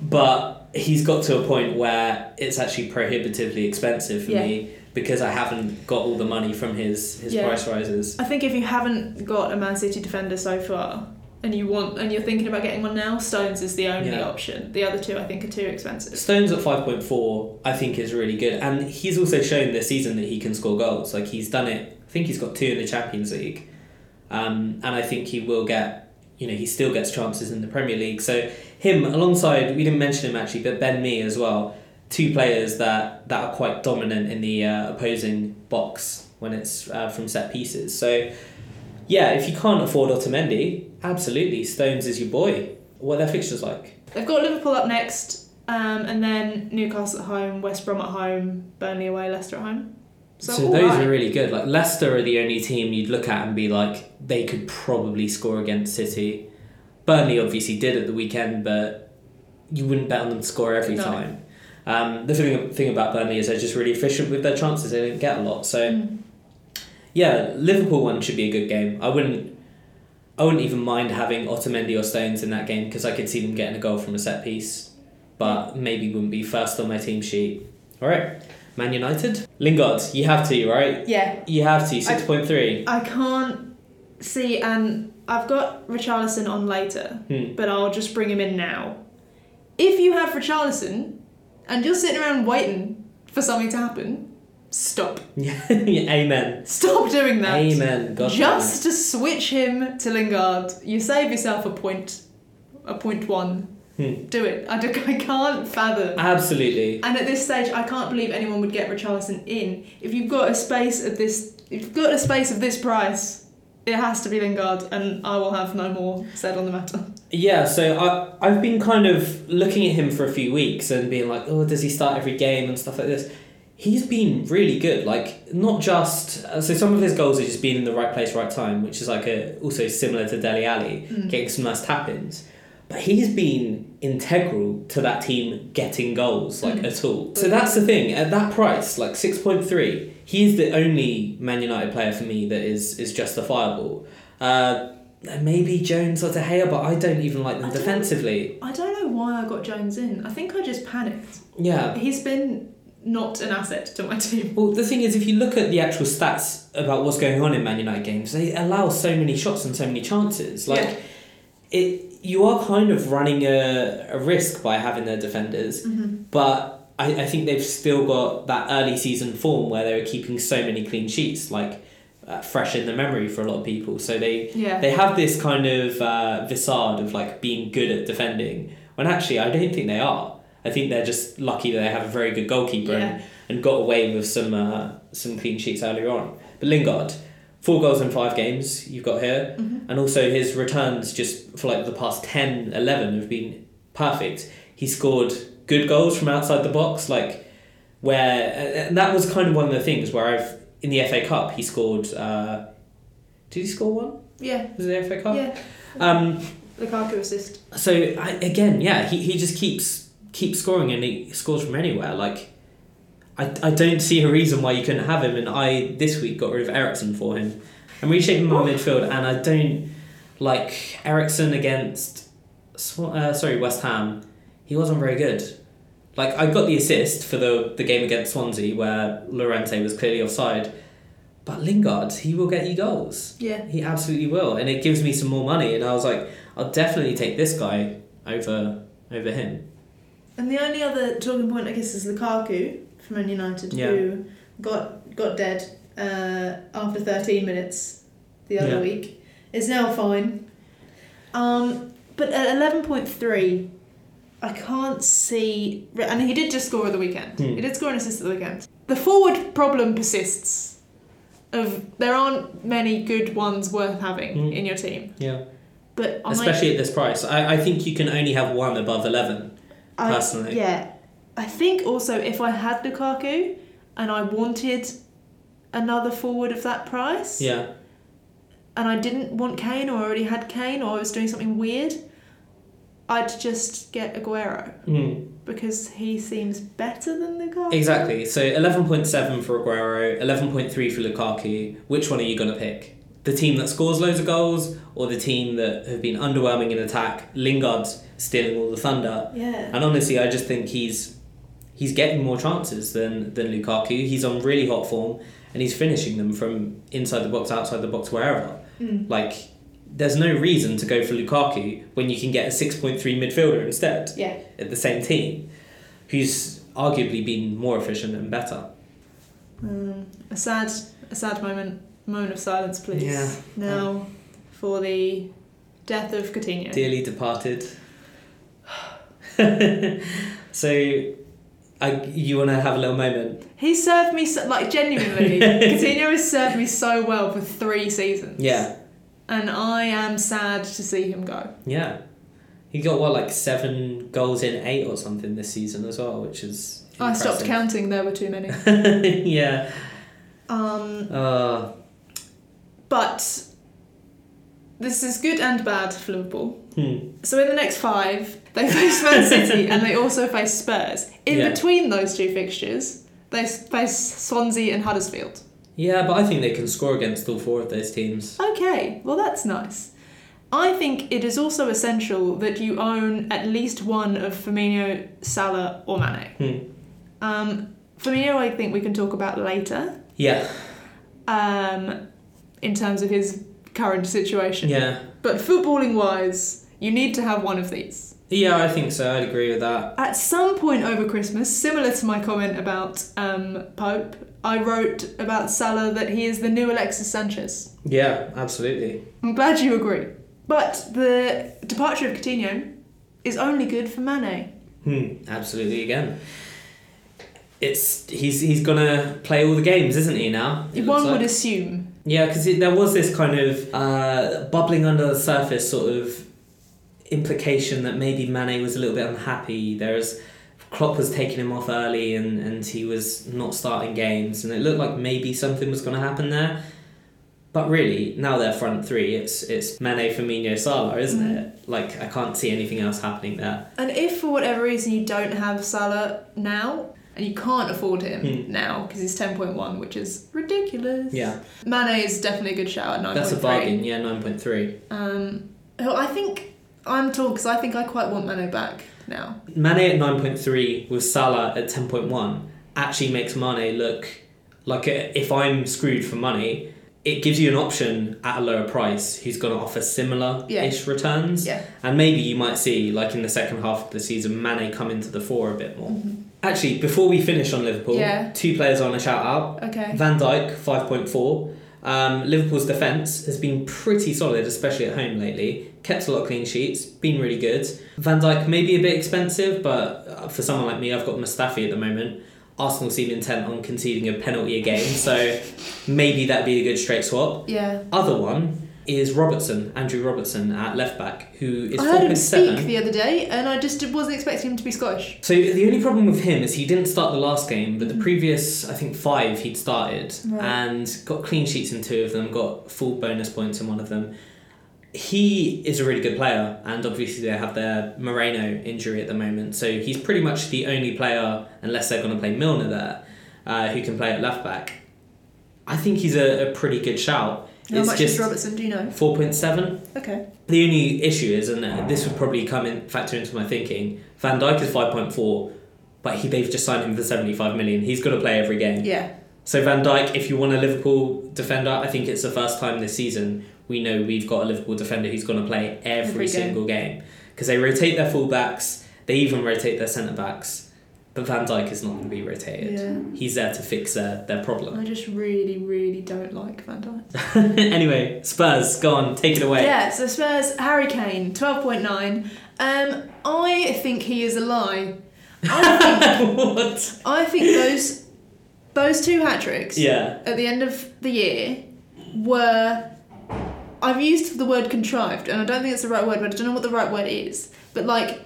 A: but he's got to a point where it's actually prohibitively expensive for
B: Yeah.
A: me because I haven't got all the money from his his
B: Yeah.
A: price rises.
B: I think if you haven't got a Man City defender so far, and you want and you're thinking about getting one now, Stones is the only
A: Yeah.
B: option. The other two, I think, are too expensive.
A: Stones at five point four, I think, is really good, and he's also shown this season that he can score goals. Like he's done it. I think he's got two in the Champions League, um, and I think he will get. You know, he still gets chances in the Premier League. So him alongside, we didn't mention him actually, but Ben Me as well. Two players that that are quite dominant in the uh, opposing box when it's uh, from set pieces. So yeah, if you can't afford Otamendi, absolutely Stones is your boy. What are their fixtures like?
B: They've got Liverpool up next, um, and then Newcastle at home, West Brom at home, Burnley away, Leicester at home. So,
A: So,
B: all
A: those
B: right.
A: are really good. Like Leicester are the only team you'd look at and be like, they could probably score against City. Burnley obviously did at the weekend, but you wouldn't bet on them to score every
B: No.
A: time. Um, the thing, thing about Burnley is they're just really efficient with their chances. They don't get a lot. So
B: Mm.
A: yeah, Liverpool one should be a good game. I wouldn't, I wouldn't even mind having Otamendi or Stones in that game because I could see them getting a goal from a set piece, but maybe wouldn't be first on my team sheet. All right, Man United, Lingard, you have to right.
B: Yeah,
A: You have to six point three.
B: I can't see, and I've got Richarlison on later,
A: Hmm.
B: but I'll just bring him in now. If you have Richarlison, and you're sitting around waiting for something to happen, stop.
A: Amen.
B: Stop doing that.
A: Amen. God
B: Just to switch him to Lingard, you save yourself a point, a point one.
A: Hmm.
B: Do it. I, don't- I can't fathom.
A: absolutely.
B: And at this stage, I can't believe anyone would get Richarlison in. If you've got a space at this, if you've got a space of this price, it has to be Lingard, and I will have no more said on the matter.
A: Yeah. So I I've been kind of looking at him for a few weeks and being like, oh, does he start every game and stuff like this. He's been really good. Like not just uh, so some of his goals are just being in the right place, right time, which is like a also similar to Deli Alley, getting some nice tap ins. But he's been integral to that team getting goals like at all. So that's the thing. At that price, like six point three, he is the only Man United player for me that is is justifiable. Uh, maybe Jones or De Gea, but I don't even like them
B: I don't-
A: defensively.
B: I don't know why I got Jones in. I think I just panicked.
A: Yeah.
B: He's been not an asset to my team.
A: Well, the thing is, if you look at the actual stats about what's going on in Man United games, they allow so many shots and so many chances. Like, it, you are kind of running a, a risk by having their defenders,
B: Mm-hmm.
A: but I, I think they've still got that early season form where they were keeping so many clean sheets, like uh, fresh in the memory for a lot of people. So they
B: Yeah.
A: they have this kind of uh, facade of like being good at defending when actually I don't think they are. I think they're just lucky that they have a very good goalkeeper and, and got away with some uh, some clean sheets earlier on. But Lingard, four goals in five games you've got here, and also his returns just for like the past 10, 11 have been perfect. He scored good goals from outside the box, like where and that was kind of one of the things where I've in the FA Cup he scored. Uh, did he score one?
B: Yeah.
A: Was it the FA Cup?
B: Yeah.
A: Um,
B: Lukaku assist.
A: so I, again, yeah, he, he just keeps keeps scoring and he scores from anywhere. Like, I, I don't see a reason why you couldn't have him. And I this week got rid of Ericsson for him. I'm reshaping my midfield, and I don't like Ericsson against Sw- uh, sorry West Ham. He wasn't very good. Like I got the assist for the the game against Swansea where Lorente was clearly offside, but Lingard he will get you goals.
B: Yeah.
A: He absolutely will, and it gives me some more money. And I was like, I'll definitely take this guy over over him.
B: And the only other talking point, I guess, is Lukaku from Man United,
A: Yeah.
B: who got got dead uh, after 13 minutes the other
A: Yeah.
B: week. Is now fine. Um, but at 11.3, I can't see. And he did just score at the weekend.
A: Hmm.
B: He did score an assist at the weekend. The forward problem persists. Of there aren't many good ones worth having
A: Hmm.
B: in your team,
A: Yeah,
B: but I-
A: especially at this price. I, I think you can only have one above eleven.
B: I-
A: personally.
B: Yeah. I think also if I had Lukaku and I wanted another forward of that price,
A: Yeah,
B: and I didn't want Kane or I already had Kane or I was doing something weird, I'd just get Aguero
A: Mm.
B: because he seems better than Lukaku.
A: Exactly. So 11.7 for Aguero, 11.3 for Lukaku. Which one are you going to pick? The team that scores loads of goals or the team that have been underwhelming in attack? Lingard's stealing all the thunder.
B: Yeah.
A: And honestly, I just think he's he's getting more chances than than Lukaku. He's on really hot form, and he's finishing them from inside the box, outside the box, wherever.
B: Mm.
A: Like, there's no reason to go for Lukaku when you can get a six point three midfielder instead
B: Yeah.
A: at the same team, who's arguably been more efficient and better.
B: Um, a sad, a sad moment. Moment of silence, please.
A: Yeah.
B: Now for the death of Coutinho.
A: Dearly departed. so, I you want to have a little moment?
B: He served me so, like genuinely. Coutinho has served me so well for three seasons.
A: Yeah,
B: And I am sad to see him go.
A: yeah. He got what like seven goals in eight or something this season as well, which is.
B: Oh, I stopped
A: impressive.
B: counting. There were too many.
A: yeah.
B: Um,
A: Uh,
B: but this is good and bad for Liverpool.
A: hmm.
B: So in the next five, they face Man City and they also face Spurs. In
A: Yeah.
B: between those two fixtures, they s- face Swansea and Huddersfield.
A: Yeah, but I think they can score against all four of those teams.
B: Okay, well that's nice. I think it is also essential that you own at least one of Firmino, Salah, or Mane.
A: Hmm.
B: Um, Firmino, I think we can talk about later
A: Yeah,
B: um, in terms of his current situation.
A: yeah,
B: But footballing wise, you need to have one of these.
A: yeah. I think so. I'd agree with that.
B: At some point over Christmas, similar to my comment about um, Pope, I wrote about Salah that he is the new Alexis Sanchez.
A: Yeah, absolutely.
B: I'm glad you agree. But the departure of Coutinho is only good for Mane.
A: Hmm, absolutely again. It's he's he's gonna play all the games, isn't he? Now it looks
B: One would
A: like.
B: assume.
A: yeah, because there was this kind of uh, bubbling under the surface sort of implication that maybe Mane was a little bit unhappy. There's Klopp was taking him off early, and and he was not starting games, and it looked like maybe something was gonna happen there. But really, now they're front three. It's it's Mane, Firmino, Salah, isn't it? Like I can't see anything else happening there.
B: And if for whatever reason you don't have Salah now, and you can't afford him
A: Hmm.
B: now because he's 10.1, which is ridiculous.
A: Yeah,
B: Mane is definitely a good shout at 9.3.
A: that's a bargain. Yeah, nine point three.
B: Um, who I think I'm torn because I think I quite want Mane back now.
A: Mane at 9.3 with Salah at 10.1 actually makes Mane look like a, if I'm screwed for money, it gives you an option at a lower price who's going to offer similar ish returns.
B: Yeah.
A: And maybe you might see, like in the second half of the season, Mane come into the four a bit more. Actually, before we finish on Liverpool,
B: Mm-hmm. Yeah.
A: two players I want to shout out
B: Okay.
A: Van Dijk, 5.4. Um, Liverpool's defence has been pretty solid, especially at home lately. Kept a lot of clean sheets, been really good. Van Dijk may be a bit expensive, but uh, for someone like me, I've got Mustafi at the moment. Arsenal seem intent on conceding a penalty a game, so maybe that'd be a good straight swap.
B: Yeah.
A: Other one is Robertson, Andrew Robertson at left back, who is
B: I heard him
A: 4.7.
B: speak the other day, and I just wasn't expecting him to be Scottish.
A: So the only problem with him is he didn't start the last game, but the previous, I think five, he'd started
B: Mm. Right.
A: and got clean sheets in two of them, got full bonus points in one of them. He is a really good player, and obviously they have their Moreno injury at the moment, so he's pretty much the only player, unless they're going to play Milner there, uh, who can play at left back. I think he's a, a pretty good shout.
B: How
A: it's
B: much
A: just
B: is Robertson? Do you know?
A: four point seven.
B: Okay.
A: The only issue is, and this would probably come in factor into my thinking. Van Dijk is five point four, but he they've just signed him for seventy five million. He's got to play every game.
B: Yeah.
A: So Van Dijk, if you want a Liverpool defender, I think it's the first time this season we know we've got a Liverpool defender who's going to play every,
B: Every game.
A: single game because they rotate their fullbacks, they even rotate their centre backs, but Van Dijk is not going to be rotated.
B: Yeah.
A: He's there to fix their, their problem.
B: I just really, really don't like Van Dijk.
A: anyway, Spurs, go on, take it away.
B: Yeah. So Spurs, Harry Kane, twelve point nine. Um, I think he is a lie. I think,
A: what?
B: I think those those two hat tricks.
A: Yeah.
B: at the end of the year were I've used the word contrived and I don't think it's the right word, but I don't know what the right word is. But like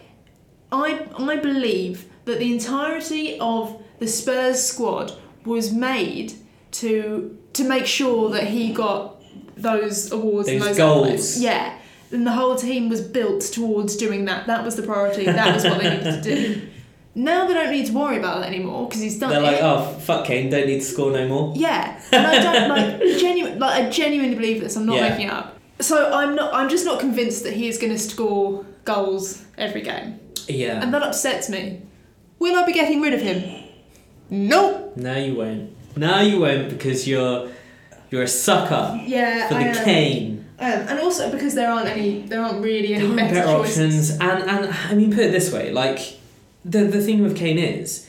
B: I I believe that the entirety of the Spurs squad was made to to make sure that he got those awards and
A: Those
B: those
A: goals.
B: Yeah. And the whole team was built towards doing that. That was the priority. That was what they needed to do. Now they don't need to worry about that anymore because he's done
A: They're
B: it.
A: like, oh, fuck Kane, don't need to score no more.
B: Yeah, and I don't like genuine. Like I genuinely believe this. I'm not
A: Yeah.
B: making it up. So I'm not. I'm just not convinced that he is going to score goals every game,
A: Yeah.
B: and that upsets me. Will I be getting rid of him? No.
A: No, you won't. No, you won't because you're you're a sucker
B: Yeah,
A: for
B: I uh,
A: the
B: am.
A: Kane.
B: I am. and also because there aren't any, there aren't really any
A: There aren't
B: better,
A: better options,
B: choices.
A: and and I mean, put it this way, like the the thing with Kane is.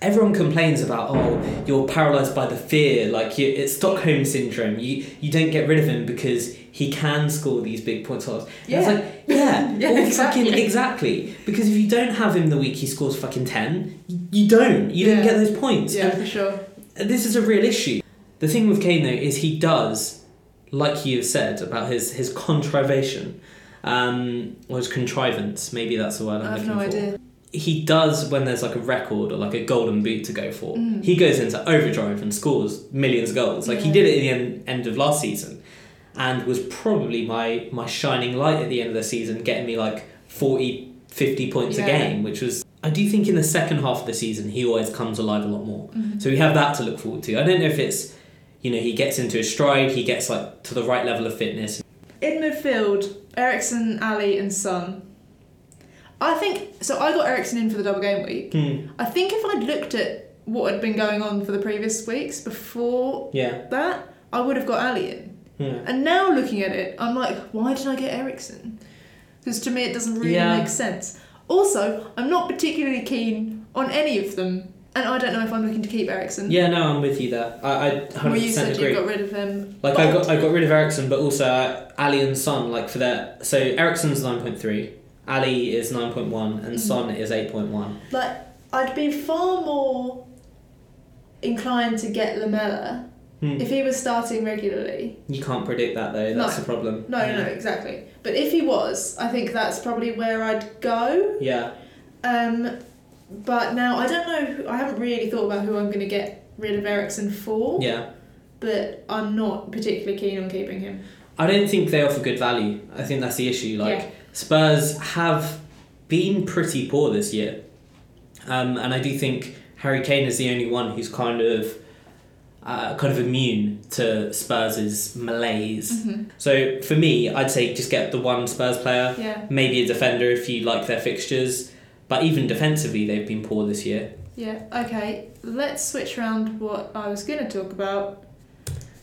A: Everyone complains about oh you're paralyzed by the fear like you, it's Stockholm syndrome you you don't get rid of him because he can score these big points for us. And it's
B: Yeah.
A: like yeah,
B: Yeah,
A: well, fucking
B: exactly.
A: exactly because if you don't have him the week he scores fucking ten you don't you don't
B: Yeah.
A: get those points
B: Yeah, for sure.
A: and this is a real issue. The thing with Kane though is he does, like you have said about his his contrivation, um, or his contrivance. Maybe that's the word I'm
B: I have
A: looking
B: no
A: for.
B: idea.
A: He does when there's like a record or like a golden boot to go for. He goes into overdrive and scores millions of goals. Like he
B: Mm. Yeah.
A: did it at the end, end of last season, and was probably my my shining light at the end of the season, getting me like 40, 50 points a
B: Yeah.
A: game, which was. I do think in the second half of the season he always comes alive a lot more.
B: Mm-hmm.
A: So we have that to look forward to. I don't know if it's, you know, he gets into his stride, he gets like to the right level of fitness.
B: In midfield, Ericsson, Ali, and Son. I think so. I got Ericsson in for the double game week.
A: Hmm.
B: I think if I'd looked at what had been going on for the previous weeks before
A: Yeah. Hmm.
B: that, I would have got Ali in.
A: Yeah.
B: And now looking at it, I'm like, why did I get Ericsson? Because to me, it doesn't really
A: Yeah.
B: make sense. Also, I'm not particularly keen on any of them, and I don't know if I'm looking to keep Ericsson.
A: Yeah, no, I'm with you there. I, I 100%
B: Well, you said
A: agree.
B: you got rid of him.
A: Like I got I got rid of Ericsson, but also uh, Ali and Son. Like for their so Ericsson's nine point three, Ali is nine point one, and Son is eight point one.
B: Like, I'd be far more inclined to get Lamella if he was starting regularly.
A: You can't predict that though. That's the
B: No.
A: problem.
B: No, no, no, exactly. But if he was, I think that's probably where I'd go.
A: Yeah,
B: Um, but now I don't know. Who, I haven't really thought about who I'm going to get rid of Ericsson for.
A: yeah.
B: But I'm not particularly keen on keeping him.
A: I don't think they offer good value. I think that's the issue. Like
B: Yeah.
A: Spurs have been pretty poor this year, um, and I do think Harry Kane is the only one who's kind of uh, kind of immune to Spurs' malaise.
B: Mm-hmm.
A: So for me, I'd say just get the one Spurs player,
B: Yeah,
A: maybe a defender if you like their fixtures. But even defensively, they've been poor this year
B: yeah. Okay, let's switch round what I was going to talk about.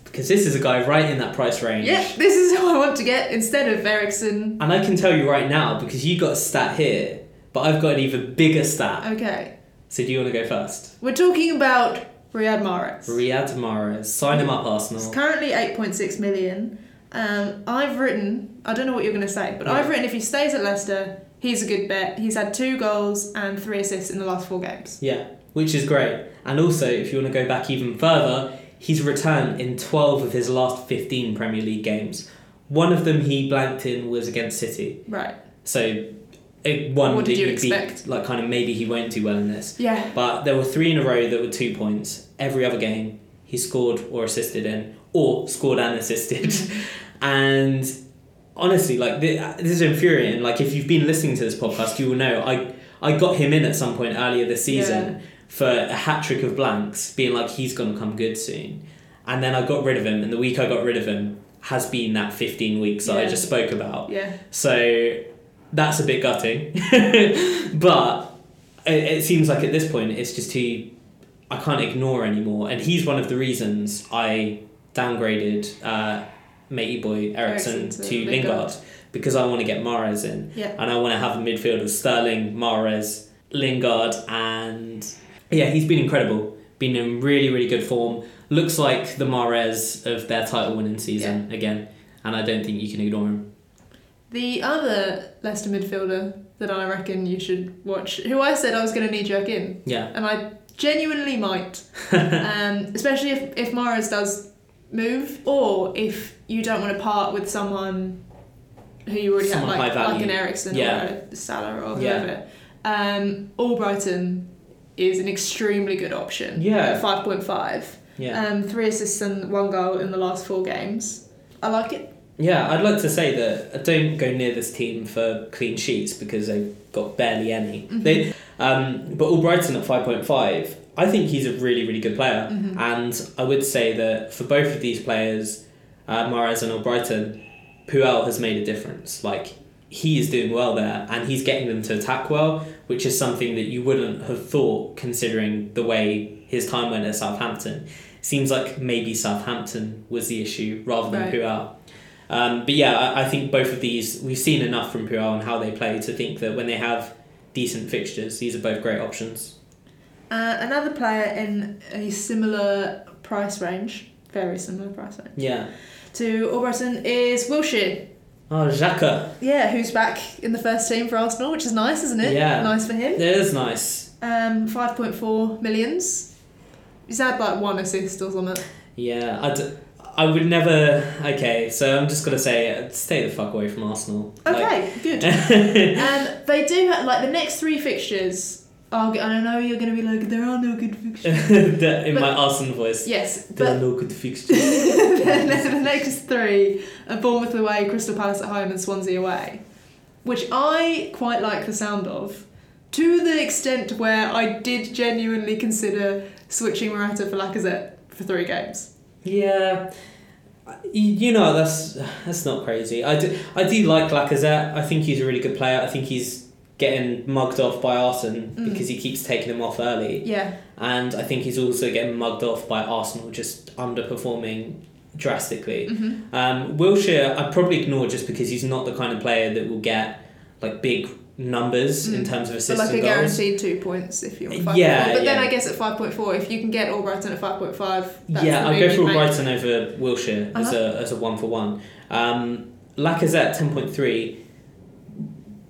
A: because this is a guy right in that price range.
B: Yep, this is who I want to get instead of Ericsson.
A: And I can tell you right now because you got a stat here, but I've got an even bigger stat.
B: Okay,
A: So do you want to go first?
B: we're talking about Riyad Mahrez.
A: Riyad Mahrez, sign him up,
B: It's
A: Arsenal.
B: currently 8.6 million. Um, I've written, I don't know what you're going to say, but
A: Yeah.
B: I've written if he stays at Leicester, he's a good bet. He's had two goals and three assists in the last four games.
A: Yeah, which is great. And also, if you want to go back even further, he's returned in 12 of his last 15 Premier League games. One of them he blanked in was against City.
B: Right.
A: So, it, one
B: What did
A: that
B: you
A: you'd be-
B: expect?
A: like, kind of maybe he won't do well in this.
B: Yeah.
A: But there were three in a row that were two points. Every other game, he scored or assisted in, or scored and assisted. and honestly, like thi- this is infuriating. Like if you've been listening to this podcast, you will know I I got him in at some point earlier this season for a hat trick of blanks, being like he's gonna come good soon. And then I got rid of him, and the week I got rid of him has been that fifteen weeks that I
B: Yeah.
A: just spoke about.
B: Yeah.
A: So that's a bit gutting. but it, it seems like at this point it's just he I can't ignore anymore. And he's one of the reasons I downgraded uh, matey boy Ericsson
B: Eriksen
A: to,
B: to
A: Lingard.
B: Lingard.
A: because I want to get Mares in.
B: Yeah.
A: And I want to have a midfield of Sterling, Mares, Lingard, and yeah, he's been incredible. Been in really, really good form. Looks like the Mares of their title winning season again. And I don't think you can ignore him.
B: The other Leicester midfielder that I reckon you should watch, who I said I was going to knee jerk in,
A: Yeah.
B: and I genuinely might, um, especially if, if Mares does move, or if you don't want to part with someone who you already
A: Someone
B: have, like,
A: high
B: like an
A: value.
B: Ericsson
A: Yeah.
B: or a Salah or
A: Yeah.
B: whoever. Um, Albrighton is an extremely good option.
A: Yeah.
B: At 5.5.
A: Yeah.
B: Um, three assists and one goal in the last four games. I like it.
A: Yeah, I'd like to say that I don't go near this team for clean sheets because they got barely any. They, um, but all Brighton at five point five, I think he's a really really good player, and I would say that for both of these players, uh, Mares and Albrighton, Puel has made a difference. Like he is doing well there, and he's getting them to attack well, which is something that you wouldn't have thought considering the way his time went at Southampton. Seems like maybe Southampton was the issue rather than
B: Right.
A: Puel. Um, but yeah, I, I think both of these we've seen enough from Puel and how they play to think that when they have decent fixtures, these are both great options.
B: Uh, another player in a similar price range, very similar price range
A: Yeah.
B: to Albrighton is Wilshire.
A: Oh, Xhaka.
B: Yeah, who's back in the first team for Arsenal, which is nice, isn't it?
A: Yeah.
B: Nice for him.
A: That is nice.
B: Um, 5.4 millions. He's had like one assist or something.
A: Yeah, I, d- I would never. Okay, so I'm just gonna say, uh, stay the fuck away from Arsenal. Like,
B: Okay, good. um, they do have, like the next three fixtures. Are, g- I know you're going to be like, there are no good fixtures.
A: the- in
B: But-
A: my Arsenal voice.
B: yes,
A: There
B: but
A: are no good fixtures.
B: the next three are Bournemouth away, Crystal Palace at home, and Swansea away, which I quite like the sound of, to the extent where I did genuinely consider switching Morata for Lacazette for three games.
A: yeah. Y- You know that's that's not crazy. I do I do like Lacazette. I think he's a really good player. I think he's getting mugged off by Arsenal
B: Mm.
A: because he keeps taking him off early.
B: Yeah,
A: and I think he's also getting mugged off by Arsenal just underperforming drastically.
B: Mhm.
A: Um, Wilshire, I'd probably ignore just because he's not the kind of player that will get like big numbers in
B: Mm.
A: terms of assists
B: so like a
A: and goals.
B: guaranteed two points if you want five.
A: Yeah,
B: but then
A: yeah.
B: I guess at five point four, if you can get Albrighton at five point five,
A: Yeah, I'll go for Brighton over Wilshire as
B: Uh-huh.
A: a as a one for one. Um, Lacazette ten point three.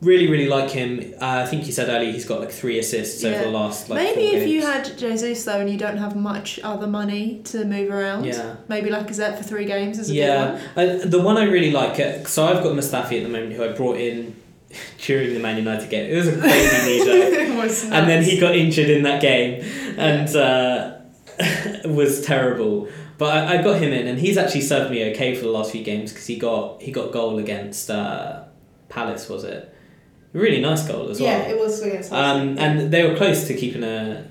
A: Really, really like him. Uh, I think you said earlier he's got like three assists
B: Yeah.
A: over the last like.
B: maybe
A: four
B: if you
A: games.
B: had Jesus though, and you don't have much other money to move around,
A: Yeah.
B: maybe Lacazette for three games is a good one.
A: Yeah, I, the one I really like. uh, So I've got Mustafi at the moment, who I brought in during the Man United game. It was a crazy knee jerk.
B: It was
A: and then
B: nuts.
A: he got injured in that game, and uh, was terrible. But I, I got him in, and he's actually served me okay for the last few games because he got he got a goal against uh, Palace, was it? Really nice goal as well.
B: Yeah, it was against Arsenal.
A: Um, and they were close to keeping a.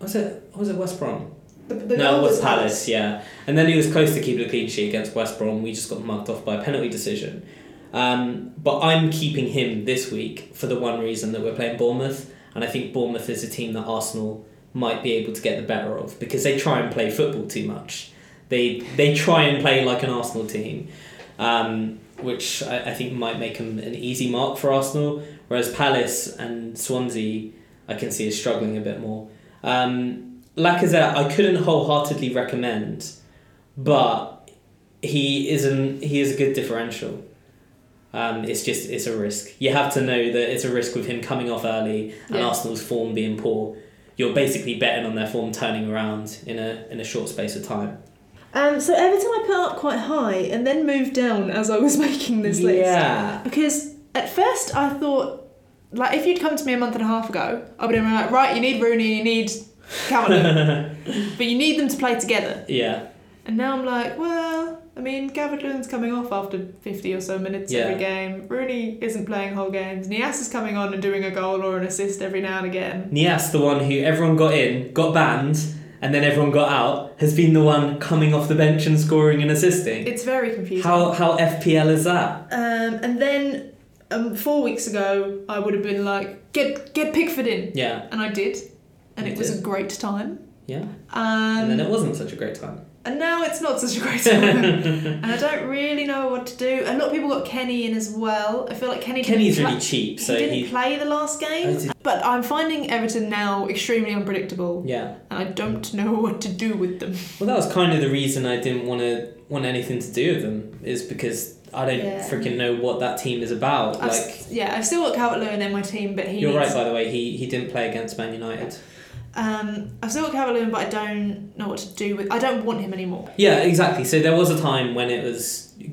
A: Was it was it West Brom?
B: the, the
A: no,
B: goal
A: it was Palace, yeah. And then he was close to keeping a clean sheet against West Brom. We just got mugged off by a penalty decision. Um, but I'm keeping him this week for the one reason that we're playing Bournemouth. And I think Bournemouth is a team that Arsenal might be able to get the better of because they try and play football too much. They, they try and play like an Arsenal team, um, which I, I think might make them an easy mark for Arsenal. Whereas Palace and Swansea, I can see, is struggling a bit more. Um, Lacazette, I couldn't wholeheartedly recommend, but he is an he is a good differential. Um, it's just it's a risk. You have to know that it's a risk with him coming off early and
B: Yeah.
A: Arsenal's form being poor. You're basically betting on their form turning around in a in a short space of time.
B: Um, so Everton I put up quite high and then moved down as I was making this list.
A: yeah,
B: Because at first I thought, like, if you'd come to me a month and a half ago, I would have been like, right, you need Rooney, you need Cavalier, but you need them to play together.
A: yeah,
B: And now I'm like, well, I mean, Gavilin's coming off after 50 or so minutes
A: Yeah.
B: every game. Rooney isn't playing whole games. Nias is coming on and doing a goal or an assist every now and again.
A: Nias, the one who everyone got in, got banned, and then everyone got out, has been the one coming off the bench and scoring and assisting.
B: It's very confusing.
A: How how FPL is that?
B: Um, and then um, four weeks ago, I would have been like, get get Pickford in,
A: Yeah,
B: and I did, and
A: You
B: it was
A: did.
B: a great time.
A: yeah.
B: Um,
A: and
B: and,
A: then it wasn't such a great time.
B: now it's not such a great time, and I don't really know what to do. A lot of people got Kenny in as well. I feel like Kenny
A: Kenny's
B: didn't
A: really
B: pla-
A: cheap,
B: he
A: so
B: didn't
A: he.
B: play the last
A: Oh,
B: game,
A: did-
B: but I'm finding Everton now extremely unpredictable,
A: Yeah.
B: and I don't know what to do with them.
A: Well, that was kind of the reason I didn't want to want anything to do with them is because I don't
B: Yeah.
A: freaking know what that team is about.
B: I've
A: Like,
B: s- yeah, I've still got Calvert-Lewin in my team, but he
A: you're
B: needs
A: right, by the way. He he didn't play against Man United.
B: Um, I've still got Calvert-Lewin, but I don't know what to do with. I don't want him anymore
A: Yeah, exactly. So there was a time when it was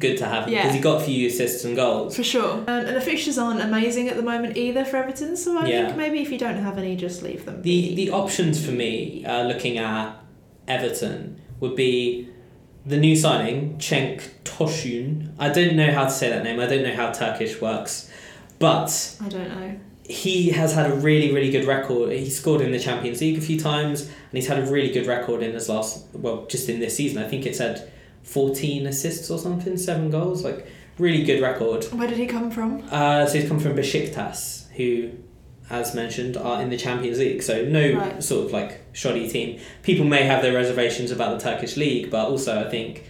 A: good to have him because
B: Yeah.
A: he got a few assists and goals.
B: for sure. Um, and the fixtures aren't amazing at the moment either for Everton, so I
A: Yeah.
B: think maybe if you don't have any, just leave them.
A: The
B: be.
A: the options for me uh, looking at Everton would be the new signing, Cenk Toshun, I don't know how to say that name, I don't know how Turkish works, but
B: I don't know.
A: he has had a really, really good record. He scored in the Champions League a few times, and he's had a really good record in his last, well, just in this season. I think it's had 14 assists or something, seven goals, like, really good record.
B: Where did he come from?
A: Uh, so he's come from Besiktas, who, as mentioned, are in the Champions League. So no
B: Right.
A: sort of like shoddy team. People may have their reservations about the Turkish league, but also I think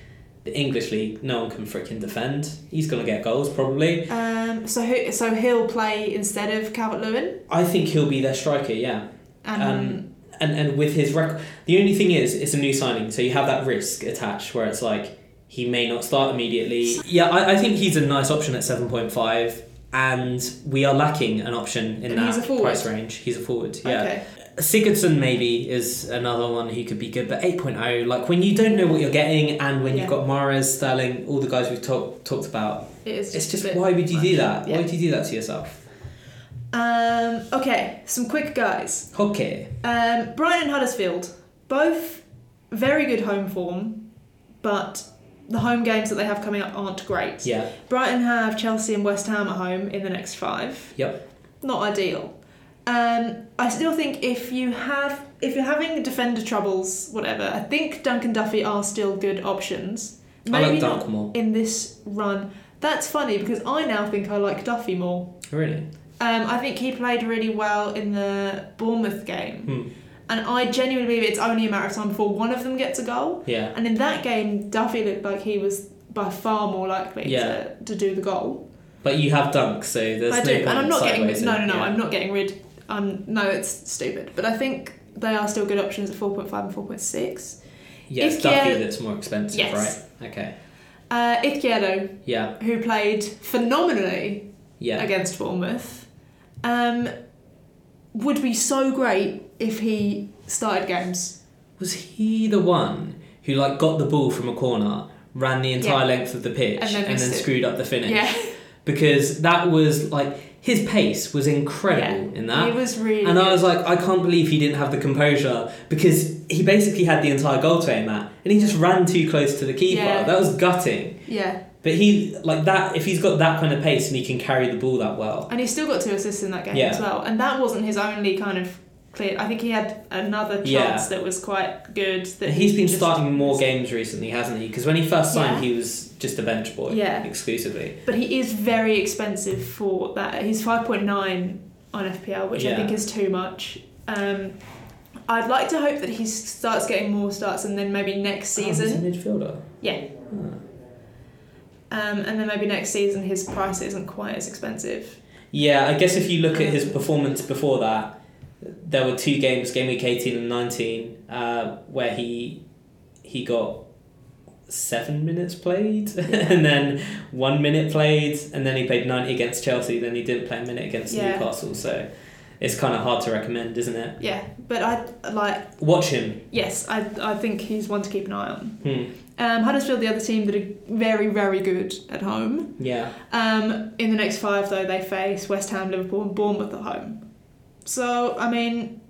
A: the English league, no one can freaking defend. He's gonna get goals probably.
B: Um, so who, so he'll play instead of Calvert Lewin.
A: I think he'll be their striker. Yeah.
B: And
A: Um, and and with his record, the only thing is it's a new signing, so you have that risk attached where it's like he may not start immediately. Yeah, I, I think he's a nice option at seven point five, and we are lacking an option in
B: And
A: that
B: he's a forward?
A: price range. He's a forward. Yeah.
B: okay.
A: Sigurdsson maybe is another one who could be good, but 8.0, like when you don't know what you're getting and when
B: Yeah.
A: you've got Mares, Sterling, all the guys we've talked talked about,
B: It is.
A: it's
B: Just
A: just
B: a bit
A: why would you do
B: much.
A: that?
B: Yeah.
A: Why would you do that to yourself?
B: Um, okay, some quick guys.
A: Okay.
B: Um, Brighton and Huddersfield, both very good home form, but the home games that they have coming up aren't great.
A: Yeah.
B: Brighton have Chelsea and West Ham at home in the next five.
A: Yep.
B: Not ideal. Um, I still think if you have if you're having defender troubles, whatever, I think Dunk and Duffy are still good options.
A: I
B: Maybe
A: like
B: not
A: Dunk more.
B: in this run. That's funny because I now think I like Duffy more.
A: Really?
B: Um, I think he played really well in the Bournemouth game.
A: Hmm.
B: And I genuinely believe it's only a matter of time before one of them gets a goal.
A: Yeah.
B: And in that game, Duffy looked like he was by far more likely
A: Yeah.
B: to, to do the goal.
A: But you have Dunk, so there's
B: I
A: no
B: do,
A: point
B: and I'm not getting
A: sideways in-
B: no, no, no.
A: yeah.
B: I'm not getting rid. Um, no, it's stupid. But I think they are still good options at 4.5 and 4.6.
A: Yeah, it's
B: If
A: Duffy
B: you're-
A: that's more expensive,
B: Yes.
A: right? Okay.
B: Uh, Ikiedo,
A: Yeah.
B: who played phenomenally
A: Yeah.
B: against Bournemouth, um, would be so great if he started games.
A: Was he the one who like got the ball from a corner, ran the entire
B: Yeah.
A: length of the pitch,
B: And
A: and
B: then
A: then,
B: missed it.
A: screwed up the finish?
B: Yeah,
A: because that was like his pace was incredible in
B: he
A: that.
B: was really.
A: And I
B: good.
A: was like, I can't believe he didn't have the composure because he basically had the entire goal to aim at, and he just ran too close to the keeper.
B: Yeah.
A: That was gutting.
B: yeah,
A: But he like that. If he's got that kind of pace and he can carry the ball that well,
B: and he still got two assists in that game
A: Yeah.
B: as well. And that wasn't his only kind of clear. I think he had another chance
A: Yeah.
B: that was quite good. That
A: he's
B: he
A: been
B: just-
A: starting more games recently, hasn't he? Because when he first signed,
B: Yeah.
A: he was just a bench boy,
B: Yeah.
A: exclusively.
B: but he is very expensive for that. He's five point nine on FPL, which I
A: Yeah.
B: think is too much. Um, I'd like to hope that he starts getting more starts, and then maybe next season
A: Oh, he's a midfielder.
B: Yeah.
A: Ah.
B: Um, and then maybe next season his price isn't quite as expensive.
A: Yeah, I guess if you look at his performance before that, there were two games, game week eighteen and nineteen, uh, where he he got seven minutes played, and then one minute played, and then he played ninety against Chelsea. Then he didn't play a minute against
B: Yeah.
A: Newcastle, so it's kind of hard to recommend, isn't it?
B: Yeah, but I like
A: Watch him.
B: yes, I I think he's one to keep an eye on.
A: Hmm.
B: Um, Huddersfield, the other team that are very very good at home.
A: Yeah.
B: Um, in the next five though, they face West Ham, Liverpool, and Bournemouth at home. So I mean,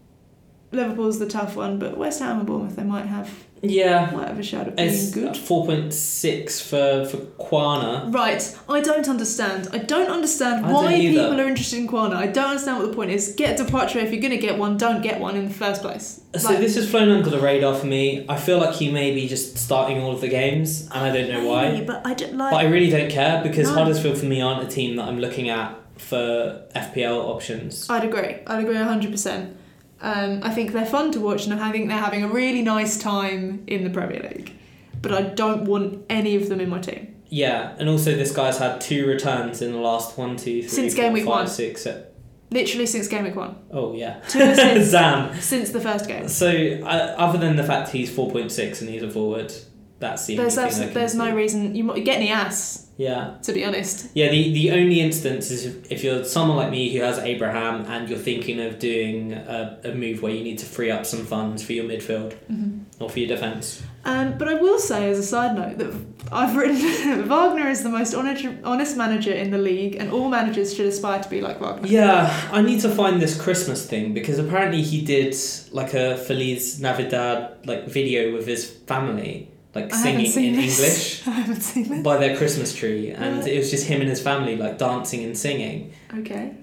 B: Liverpool's the tough one, but West Ham and Bournemouth they might have
A: Yeah.
B: might have a shout of being
A: It's
B: good.
A: four point six for for Kwana.
B: Right, I don't understand. I don't understand
A: I
B: why
A: don't either.
B: people are interested in Kwana. I don't understand what the point is. Get departure if you're going to get one. Don't get one in the first place.
A: So
B: Like-
A: this has flown under the radar for me. I feel like he may be just starting all of the games, and I don't know why.
B: Hey, But I don't
A: But I
B: like.
A: really don't care because
B: No.
A: Huddersfield for me aren't a team that I'm looking at for FPL options.
B: I'd agree. I'd agree 100%. Um, I think they're fun to watch, and I think they're having a really nice time in the Premier League. But I don't want any of them in my team.
A: Yeah, and also this guy's had two returns in the last one, two, three,
B: Since
A: four,
B: game week
A: five,
B: one.
A: six, se-
B: Literally since game week one,
A: Oh yeah,
B: Two assists.
A: Zam.
B: since the first game.
A: So uh, other than the fact he's four point six and he's a forward, that's the
B: There's
A: only thing I
B: absolutely,
A: can
B: there's
A: see.
B: no reason you mo- get any ass,
A: Yeah.
B: to be honest.
A: Yeah, the, the only instance is if, if you're someone like me who has Abraham and you're thinking of doing a, a move where you need to free up some funds for your midfield or for your defence.
B: Um, but I will say, as a side note, that I've written Wagner is the most honest, honest manager in the league, and all managers should aspire to be like Wagner.
A: Yeah, I need to find this Christmas thing because apparently he did like a Feliz Navidad like video with his family. like
D: I haven't
A: singing
D: seen
A: in
D: this.
A: English
D: I haven't seen it.
A: by their Christmas tree, and
B: What?
A: it was just him and his family like dancing and singing.
B: Okay.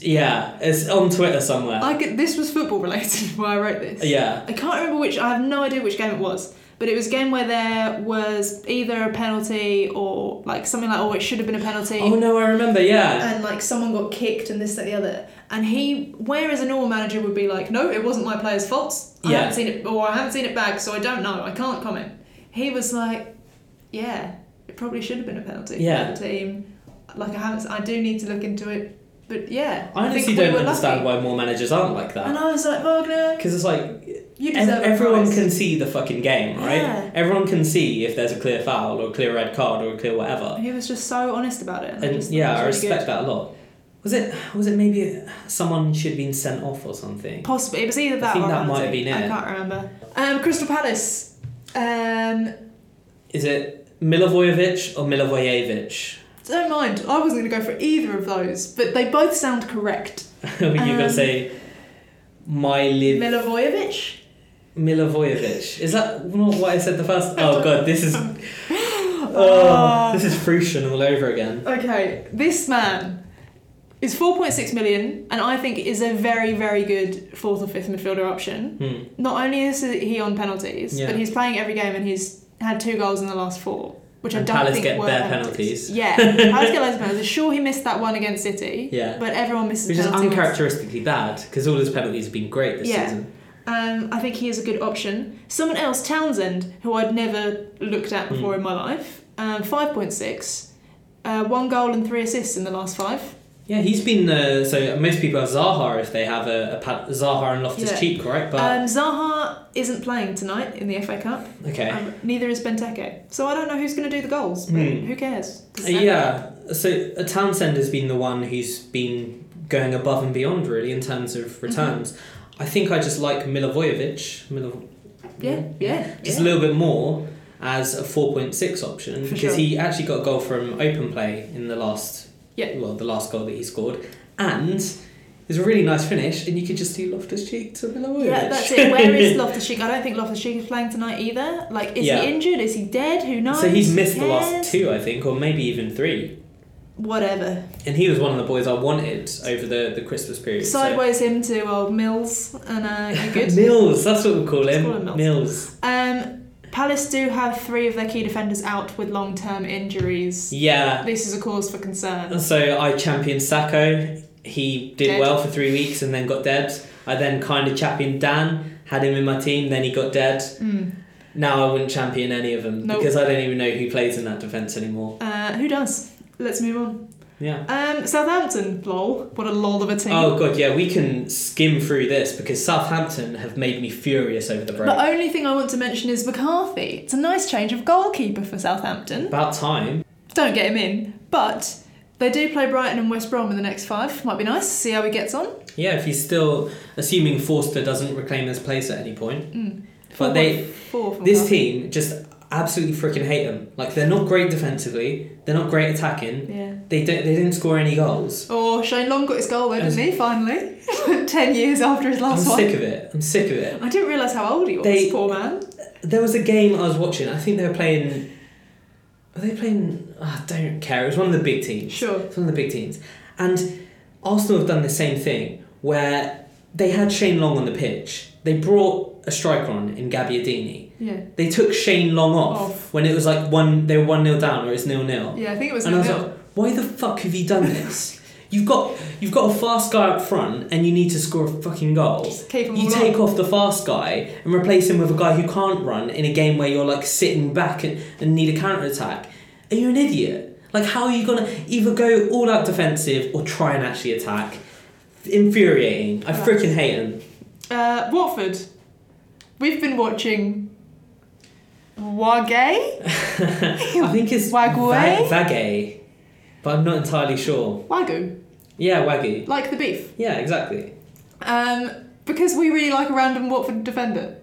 A: Yeah, it's on Twitter somewhere.
D: I get, this was football related why I wrote this.
A: yeah,
B: I can't remember which. I have no idea which game it was, but it was a game where there was either a penalty or like something like, oh, it should have been a penalty.
A: Oh no, I remember.
D: Uh,
A: Yeah,
B: and like someone got kicked and this that the other and he whereas a normal manager would be like no it wasn't my player's fault i
A: Yeah.
B: haven't seen it or i haven't seen it back so i don't know i can't comment he was like yeah it probably should have been a penalty
A: Yeah.
B: for the team like i haven't i do need to look into it but yeah
A: I honestly
B: think we
A: don't
B: were
A: understand
B: lucky.
A: why more managers aren't like
B: and
A: that.
B: i was like wagner
A: Because it's like
B: you
A: ev-
B: deserve a
A: everyone
B: prize.
A: can see the fucking game, right?
B: Yeah.
A: Everyone can see if there's a clear foul or a clear red card or a clear whatever.
B: he was just so honest about it
A: And
B: just thought
A: yeah, I
B: it was really
A: respect that a lot. Was it? Was it maybe someone should have been sent off or something?
B: Possibly, it was either that
A: think
B: or a
A: that might
B: penalty.
A: have been it.
B: I can't remember. Um, Crystal Palace. Um,
A: Is it Milivojevic or Milivojevic?
B: don't mind. I wasn't going to go for either of those, but they both sound correct.
A: Were you gonna
B: Um,
A: say Milid
B: Milivojevic.
A: Milivojevic? Is that not what I said the first? Oh god, this is oh,
B: Ah.
A: this is Frisian all over again.
B: Okay, this man is 4.6 million, and I think is a very, very good fourth or fifth midfielder option.
A: Hmm.
B: Not only is he on penalties,
A: Yeah.
B: but he's playing every game, and he's had two goals in the last four, which
A: And
B: I don't
A: Palace
B: think
A: get
B: were
A: bare penalties.
B: penalties. Yeah, Palace get loads of penalties. Sure, he missed that one against City,
A: Yeah.
B: but everyone misses
A: Which is
B: penalties.
A: uncharacteristically bad because all his penalties have been great this
B: Yeah.
A: season.
B: Um, I think he is a good option. Someone else, Townsend, who I'd never looked at before
A: Hmm.
B: in my life, um, 5.6, uh, one goal and three assists in the last five.
A: Yeah, he's been uh, so most people have Zaha if they have a, a pa- Zaha and Loftus
B: Yeah.
A: Cheek, right? But
B: Um, Zaha isn't playing tonight in the FA Cup,
A: okay, Uh,
B: um, neither is Benteke. So I don't know who's going to do the goals, but
A: Hmm.
B: who cares? 'Cause
A: Uh,
B: it's FA Cup.
A: yeah. So uh, Townsend has been the one who's been going above and beyond really in terms of returns. I think I just like Milivojevic. Milo-
B: Mm-hmm. Yeah, yeah.
A: just
B: yeah.
A: a little bit more as a 4.6 option
B: For
A: because
B: sure.
A: he actually got a goal from open play in the last
B: Yeah.
A: well the last goal that he scored and it's a really nice finish and you could just do Loftus Cheek to Milovojevic.
B: Yeah, that's it. Where is Loftus Cheek? I don't think Loftus Cheek is playing tonight either. Like, is
A: Yeah.
B: he injured? Is he dead? Who knows?
A: so he's
B: Who
A: missed the last
B: cares?
A: two I think or maybe even three
B: Whatever.
A: and he was one of the boys I wanted over the, the Christmas period. so-
B: Sideways him to old Mills, and uh, you good?
A: Mills, that's what we call
B: Just
A: him.
B: call him Mills. Um, Palace do have three of their key defenders out with long term injuries.
A: Yeah.
B: This is a cause for concern.
A: So I championed Sacco. He did
B: Dead.
A: well for three weeks and then got dead. I then kind of championed Dan, had him in my team, then he got dead.
B: Mm.
A: Now I wouldn't champion any of them
B: Nope.
A: because I don't even know who plays in that defence anymore.
B: Uh, who does? Let's move on.
A: Yeah.
B: Um, Southampton, lol. What a lol of a team.
A: Oh god, yeah, we can skim through this because Southampton have made me furious over the break.
B: the only thing I want to mention is McCarthy. It's a nice change of goalkeeper for Southampton.
A: About time.
B: Don't get him in, but they do play Brighton and West Brom in the next five. Might be nice to see how he gets on.
A: Yeah, if he's still assuming Forster doesn't reclaim his place at any point.
B: Mm.
A: But they
B: Four from
A: This
B: McCarthy.
A: team just absolutely freaking hate them. Like they're not great defensively. They're not great attacking.
B: Yeah.
A: They don't. They didn't score any goals.
B: Or Shane Long got his goal, though, didn't he? Finally, ten years after his last
A: I'm
B: one.
A: sick of it. I'm sick of it.
B: I didn't realise how old he was,
A: They-
B: poor man.
A: There was a game I was watching. I think they were playing. Were they playing? ah, I don't care. It was one of the big teams.
B: Sure.
A: It's one of the big teams, and Arsenal have done the same thing where they had Shane Long on the pitch. They brought a striker on in Gabbiadini.
B: Yeah.
A: They took Shane Long off,
B: Off.
A: when it was like one. They were one 0 down or it's nil nil.
B: Yeah, I think it was.
A: and I was
B: nil-nil.
A: like, why the fuck have you done this? You've got you've got a fast guy up front and you need to score a fucking goal.
B: Just keep 'em
A: You
B: all
A: take
B: on.
A: off the fast guy and replace him with a guy who can't run in a game where you're like sitting back and, and need a counter attack. Are you an idiot? Like how are you gonna either go all out defensive or try and actually attack? Infuriating. I freaking hate him.
B: Uh, Watford. We've been watching. Wage?
A: I think it's
B: Wagwe?
A: Va- Vage, but I'm not entirely sure.
B: Wagyu.
A: Yeah, Waggy.
B: Like the beef.
A: Yeah, exactly.
B: Um, because we really like a random Watford defender.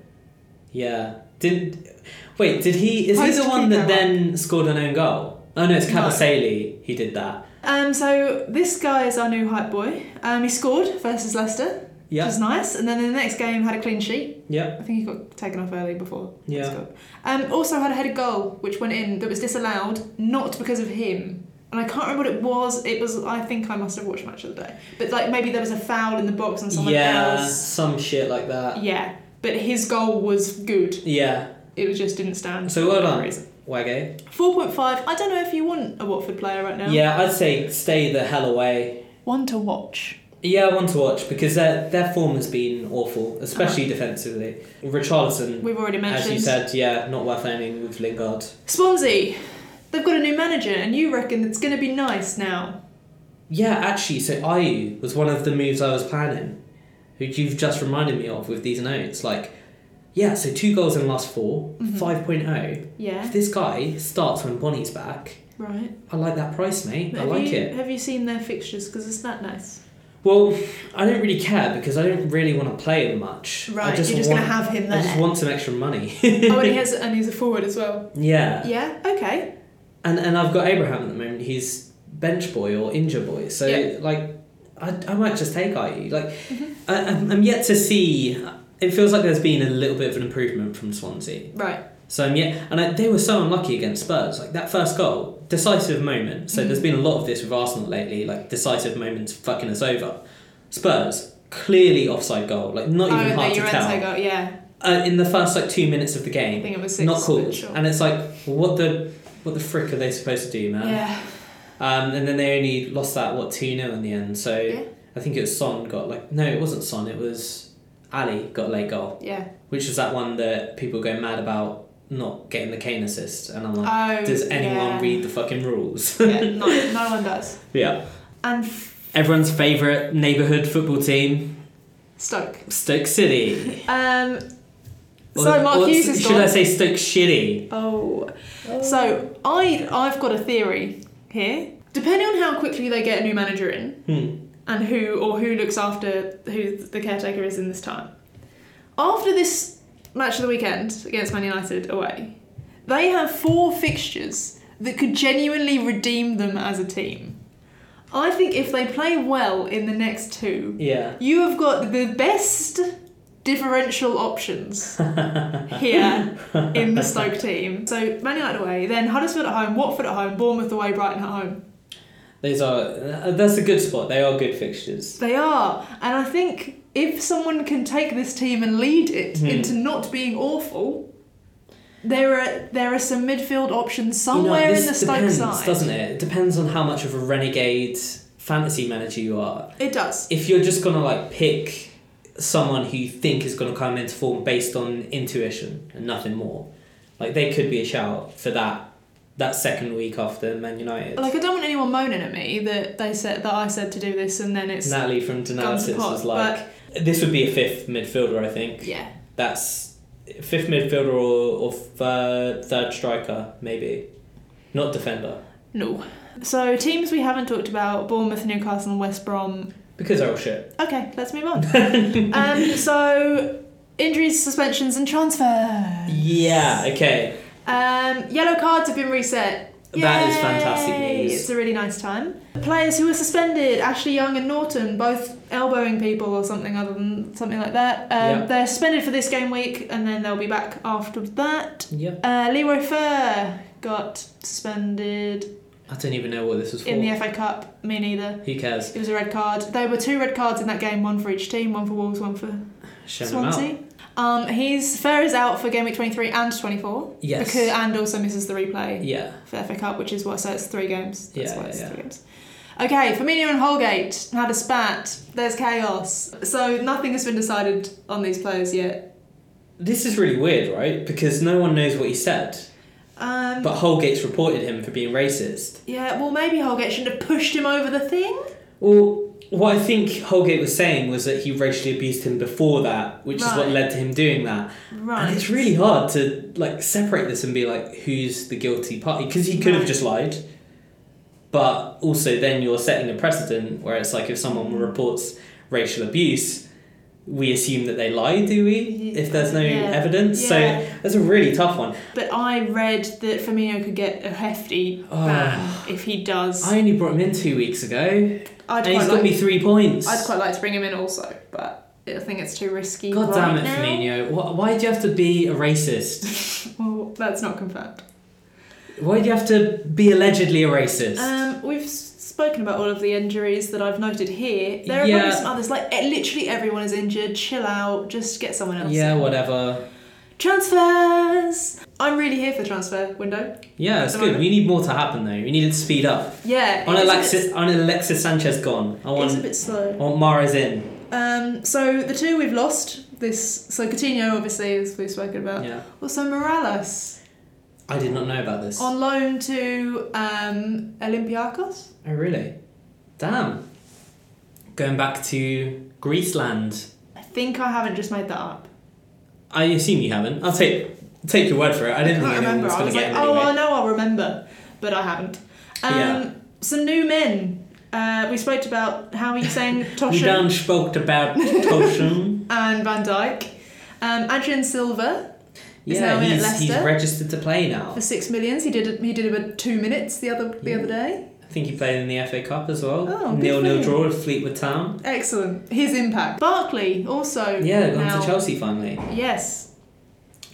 A: Yeah. Did wait? Did he? Is he
B: Post
A: the one that
B: Kiko.
A: then scored an own goal? Oh no, it's
B: No.
A: Kabasele. He did that.
B: Um, so this guy is our new hype boy. Um, he scored versus Leicester.
A: Yeah.
B: which was nice. And then in the next game, had a clean sheet.
A: yeah.
B: I think he got taken off early before. he
A: Yeah.
B: scored. Um, also had a headed goal which went in that was disallowed, not because of him. And I can't remember what it was. It was I think I must have watched match of the day, but like maybe there was a foul in the box on someone
A: yeah.
B: else.
A: Some shit like that.
B: Yeah, but his goal was good.
A: Yeah.
B: It was just didn't stand.
A: So
B: for
A: well
B: whatever
A: done.
B: reason.
A: Wage.
B: 4.5. I don't know if you want a Watford player right now.
A: Yeah, I'd say stay the hell away.
B: One to watch.
A: Yeah, one to watch because their their form has been awful, especially defensively. Richarlison,
B: We've already Uh-huh.
A: as
B: mentioned.
A: you said, yeah, not worth owning with Lingard.
B: Swansea. They've got a new manager, and you reckon it's going to be nice now.
A: Yeah, actually, so Ayu was one of the moves I was planning, who you've just reminded me of with these notes. Like, yeah, so two goals in the last 4
B: Mm-hmm.
A: 5.0.
B: Yeah.
A: oh. If this guy starts when Bonnie's back,
B: Right.
A: I like that price, mate. I
B: Have
A: like
B: you,
A: it.
B: Have you seen their fixtures? Because it's that nice.
A: Well, I don't really care because I don't really want to play him much. I
B: Right.
A: just
B: You're just
A: want,
B: going to have him there.
A: I just want some extra money.
B: oh, and he has, and he's a forward as well.
A: yeah.
B: Yeah. Okay.
A: And and I've got Abraham at the moment. He's bench boy or injure boy. So
B: Yeah. Mm-hmm.
A: like, I, I might just take IU. Like, I, I'm, I'm yet to see. It feels like there's been a little bit of an improvement from Swansea.
B: Right.
A: So I'm yet, and I, they were so unlucky against Spurs. Like that first goal, decisive moment. So
B: Mm-hmm.
A: there's been a lot of this with Arsenal lately. Like decisive moments fucking us over. Spurs clearly offside goal. Like not even
B: oh,
A: hard
B: the
A: to tell.
B: Llorente goal. Yeah.
A: Uh, in the first like two minutes of the
B: I
A: game,
B: think it was six.
A: not
B: but
A: called.
B: sure.
A: And uh, it's like, what the what the frick are they supposed to do, man?
B: yeah.
A: Um, and then they only lost that what two 0 in the end. So
B: Yeah.
A: I think it was Son got like no, it wasn't Son. It was Ali got a late goal,
B: Yeah.
A: which was that one that people go mad about not getting the cane assist. And I'm like,
B: Oh.
A: does anyone
B: yeah.
A: read the fucking rules?
B: yeah. No, no one does.
A: yeah.
B: And
A: Everyone's favorite neighborhood football team,
B: Stoke.
A: Stoke City.
B: Um.
A: Or-
B: so Mark
A: or
B: Hughes is
A: should
B: gone.
A: I say Stoke Shitty?
B: Oh. So I I've got a theory here. Depending on how quickly they get a new manager in
A: Hmm.
B: and who or who looks after who the caretaker is in this time. After this match of the weekend against Man United away, they have four fixtures that could genuinely redeem them as a team. I think if they play well in the next two,
A: Yeah.
B: you have got the best differential options here in the Stoke team. So Man United away, then Huddersfield at home, Watford at home, Bournemouth away, Brighton at home.
A: Those are uh, that's a good spot. They are good fixtures.
B: They are, and I think if someone can take this team and lead it
A: Hmm.
B: into not being awful, there are there are some midfield options
A: You know,
B: somewhere
A: this
B: in the Stoke
A: depends,
B: side.
A: doesn't it? It depends on how much of a renegade fantasy manager you are.
B: It does.
A: If you're just gonna like pick someone who you think is gonna come into form based on intuition and nothing more, like they could be a shout for that that second week after Man United.
B: Like I don't want anyone moaning at me that they said that I said to do this, and then it's
A: Natalie from
B: gone to
A: Denalysis
B: pot.
A: was like, this would be a fifth midfielder, I think.
B: but yeah,
A: That's fifth midfielder or, or third, third striker, maybe. Not defender.
B: No. So teams we haven't talked about: Bournemouth, Newcastle, and West Brom.
A: Because they're all shit.
B: Okay, let's move on. um, so injuries, suspensions, and transfer.
A: Yeah, okay.
B: Um, yellow cards have been reset.
A: That is
B: Yay!
A: fantastic news.
B: It's a really nice time. Players who were suspended: Ashley Young and Norton, both elbowing people or something other than something like that. Um,
A: Yeah.
B: They're suspended for this game week, and then they'll be back after that.
A: Yeah.
B: Uh, Leroy Fur got suspended
A: I don't even know what this is for.
B: in the FA Cup. Me neither.
A: Who cares?
B: It was a red card. There were two red cards in that game, one for each team, one for Wolves, one for
A: Shout them out.
B: Swansea. Um, he's Fair is out for game week 23 and 24.
A: Yes.
B: Because, and also misses the replay
A: yeah.
B: for FA Cup, which is what, so it's three games. That's
A: Yeah,
B: why it's
A: yeah, yeah.
B: three games. Okay, Firmino and Holgate had a spat. There's chaos. So nothing has been decided on these players yet.
A: This is really weird, right? Because no one knows what he said.
B: Um,
A: But Holgate's reported him for being racist.
B: yeah, well, maybe Holgate shouldn't have pushed him over the thing.
A: Well, what I think Holgate was saying was that he racially abused him before that, which is what
B: Right.
A: led to him doing that.
B: Right.
A: And it's really hard to like separate this and be like, who's the guilty party? Because he could have
B: Right.
A: just lied. But also, then you're setting a precedent where it's like if someone reports racial abuse, we assume that they lie, do we? If there's no
B: Yeah.
A: evidence,
B: Yeah.
A: so that's a really tough one.
B: But I read that Firmino could get a hefty
A: Oh.
B: ban if he does.
A: I only brought him in two weeks ago,
B: I'd
A: and he's
B: quite
A: got
B: like
A: me three points.
B: I'd quite like to bring him in also, but I think it's too risky.
A: God
B: right
A: damn it,
B: now.
A: Firmino. Wh- Why do you have to be a racist?
B: Well, that's not confirmed.
A: Why do you have to be allegedly a racist?
B: Um, we've s- spoken about all of the injuries that I've noted here. There are
A: Yeah.
B: probably some others. Like eh, literally everyone is injured. Chill out. Just get someone else.
A: yeah, whatever.
B: Transfers. I'm really here for the transfer window.
A: Yeah, it's
B: Don't
A: good.
B: know.
A: We need more to happen though. We need it to speed up.
B: Yeah.
A: On
B: it's a
A: Alexis,
B: bit-
A: on Alexis Sanchez gone. I
B: It's a
A: want,
B: bit slow.
A: I want Mares in.
B: Um, so the two we've lost this. So Coutinho obviously, as we've spoken about.
A: Yeah,
B: Also Morales
A: I did not know about this.
B: on loan to um, Olympiacos.
A: Oh really? Damn. Going back to Greeceland.
B: I think I haven't just made that up.
A: I assume you haven't. I'll take take your word for it. I didn't think
B: I can't
A: anyone
B: remember.
A: was
B: I
A: going to
B: was
A: get
B: like,
A: him
B: oh,
A: anyway.
B: I know I'll remember, but I haven't. Um,
A: Yeah.
B: Some new men. Uh, we spoke about how you saying
A: We
B: Toshin
A: done spoke about Toshin.
B: and Van Dyke. Um, Adrian Silva He's now
A: yeah,
B: in at
A: he's, he's
B: Leicester.
A: registered to play now.
B: for six millions. He did he did about two minutes the other the
A: Yeah.
B: other day.
A: I think he played in the FA Cup as well.
B: Oh, good
A: nil
B: for
A: nil
B: him.
A: draw with Fleetwood Town.
B: Excellent. His impact. Barkley also.
A: Yeah, gone
B: now,
A: to Chelsea finally.
B: Yes.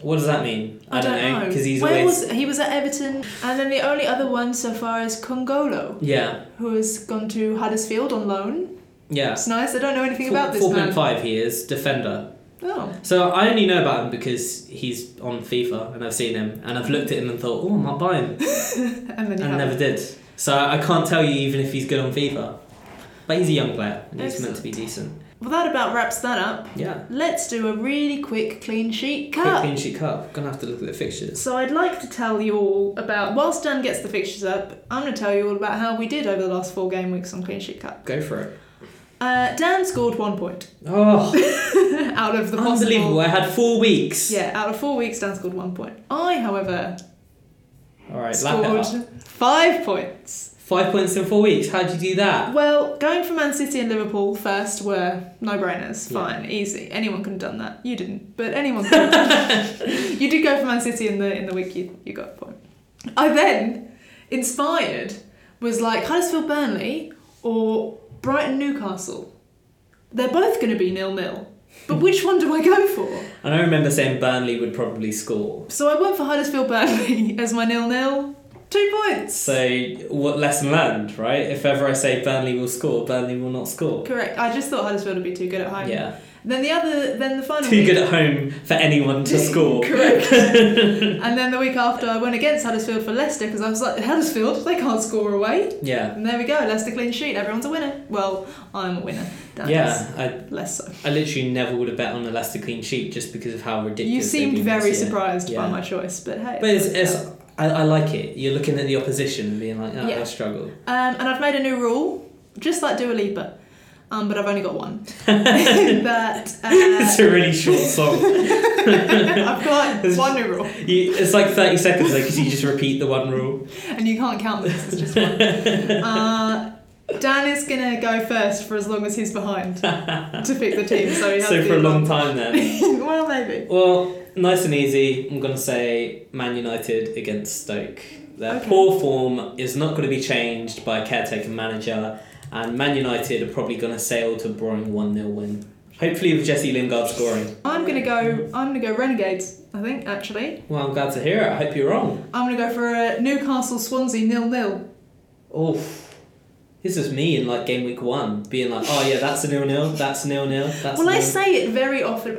A: What does that mean? I, don't, know because he's
B: Where
A: always
B: was he was at Everton, and then the only other one so far is Congolo,
A: yeah
B: who has gone to Huddersfield on loan.
A: yeah.
B: It's nice. I don't know anything about this
A: Four
B: man.
A: point five. He is defender.
B: Oh.
A: So I only know about him because he's on FIFA and I've seen him and I've looked at him and thought, oh, I might buy him,
B: And then
A: and
B: you have
A: never did. So I can't tell you even if he's good on FIFA. But he's a young player and he's meant to be decent.
B: Well, that about wraps that up.
A: Yeah.
B: Let's do a really quick clean sheet
A: Quick
B: cut.
A: clean sheet cup. Gonna have to look at the fixtures.
B: So, I'd like to tell you all about, whilst Dan gets the fixtures up, I'm going to tell you all about how we did over the last four game weeks on clean sheet cut.
A: Go for it.
B: Uh, Dan scored one point
A: Oh,
B: out of the
A: unbelievable!
B: possible.
A: I had four weeks.
B: Yeah, out of four weeks, Dan scored one point. I, however,
A: All right, lap it up.
B: scored five points.
A: Five points in four weeks. How'd you do that?
B: Well, going for Man City and Liverpool first were no brainers.
A: Yeah.
B: Fine, easy. Anyone could have done that. You didn't, but anyone could have done that. You did go for Man City in the in the week you, you got a point. I then, inspired, was like Huddersfield Burnley or Brighton Newcastle. They're both going to be nil nil. But which one do I go for?
A: And I remember saying Burnley would probably score.
B: So I went for Huddersfield Burnley as my nil nil. Two points.
A: So what lesson learned, right? If ever I say Burnley will score, Burnley will not score.
B: Correct. I just thought Huddersfield would be too good at home.
A: Yeah,
B: Then the other, then the final.
A: too
B: week-
A: good at home for anyone to score.
B: Correct. and then the week after, I went against Huddersfield for Leicester because I was like, Huddersfield, they can't score away.
A: Yeah,
B: And there we go, Leicester clean sheet. Everyone's a winner. Well, I'm a winner. Dan is
A: yeah. I
B: Less so.
A: I literally never would have bet on a Leicester clean sheet just because of how ridiculous.
B: You
A: they've
B: seemed
A: been
B: very
A: this year.
B: surprised
A: Yeah.
B: by my choice, but hey.
A: But it's, it's I, I like it. You're looking at the opposition and being like, oh,
B: Yeah.
A: I struggle.
B: Um, and I've made a new rule, just like Dua Lipa, um, but I've only got one. that
A: It's
B: uh,
A: a really short song.
B: I've got
A: It's-
B: one new rule,
A: you, it's like thirty seconds because you just repeat the one rule.
B: and you can't count this. It's just one. Uh, Dan is gonna go first for as long as he's behind to pick the team. So he has
A: So
B: to
A: for a long time then.
B: well, maybe.
A: Well, nice and easy. I'm going to say Man United against Stoke. Their
B: Okay.
A: poor form is not going to be changed by a caretaker manager, and Man United are probably going to sail to a boring 1 0 win. Hopefully, with Jesse Lingard scoring.
B: I'm gonna go. I'm gonna go Renegades. I think actually.
A: Well, I'm glad to hear it. I hope you're wrong.
B: I'm gonna go for a Newcastle Swansea nil nil.
A: Oof. This is me in like game week one, being like, oh yeah, that's a nil nil, that's nil nil, that's
B: Well, I
A: nil-nil."
B: say it very often.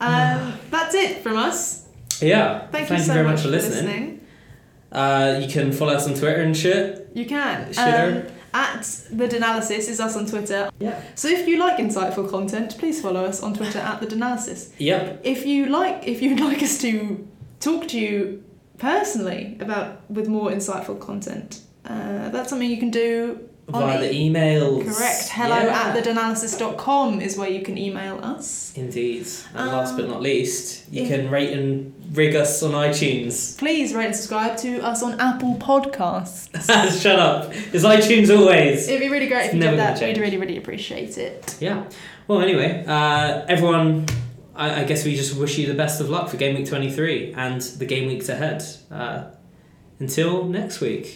B: Um, that's it from us.
A: Yeah.
B: Thank, you so
A: very
B: much
A: much for listening. Uh, you can follow us on Twitter and shit.
B: You can.
A: Shitter.
B: Um, at the Denalysis is us on Twitter.
A: Yeah.
B: So if you like insightful content, please follow us on Twitter at the Denalysis.
A: Yep.
B: if you like if you'd like us to talk to you personally about with more insightful content uh, that's something you can do
A: Via
B: Ollie.
A: the emails.
B: correct hello
A: Yeah.
B: at thedenalysis.com is where you can email us
A: Indeed. And last
B: Um,
A: but not least, you
B: yeah.
A: can rate and rig us on iTunes.
B: please rate and subscribe to us on apple podcasts
A: Shut up. It's iTunes always.
B: it'd be really great
A: It's
B: if you
A: never gonna
B: did that
A: change.
B: we'd really really appreciate it
A: Yeah. Well, anyway, uh, everyone, I, I guess we just wish you the best of luck for Game Week 23 and the game weeks ahead. Uh, until next week.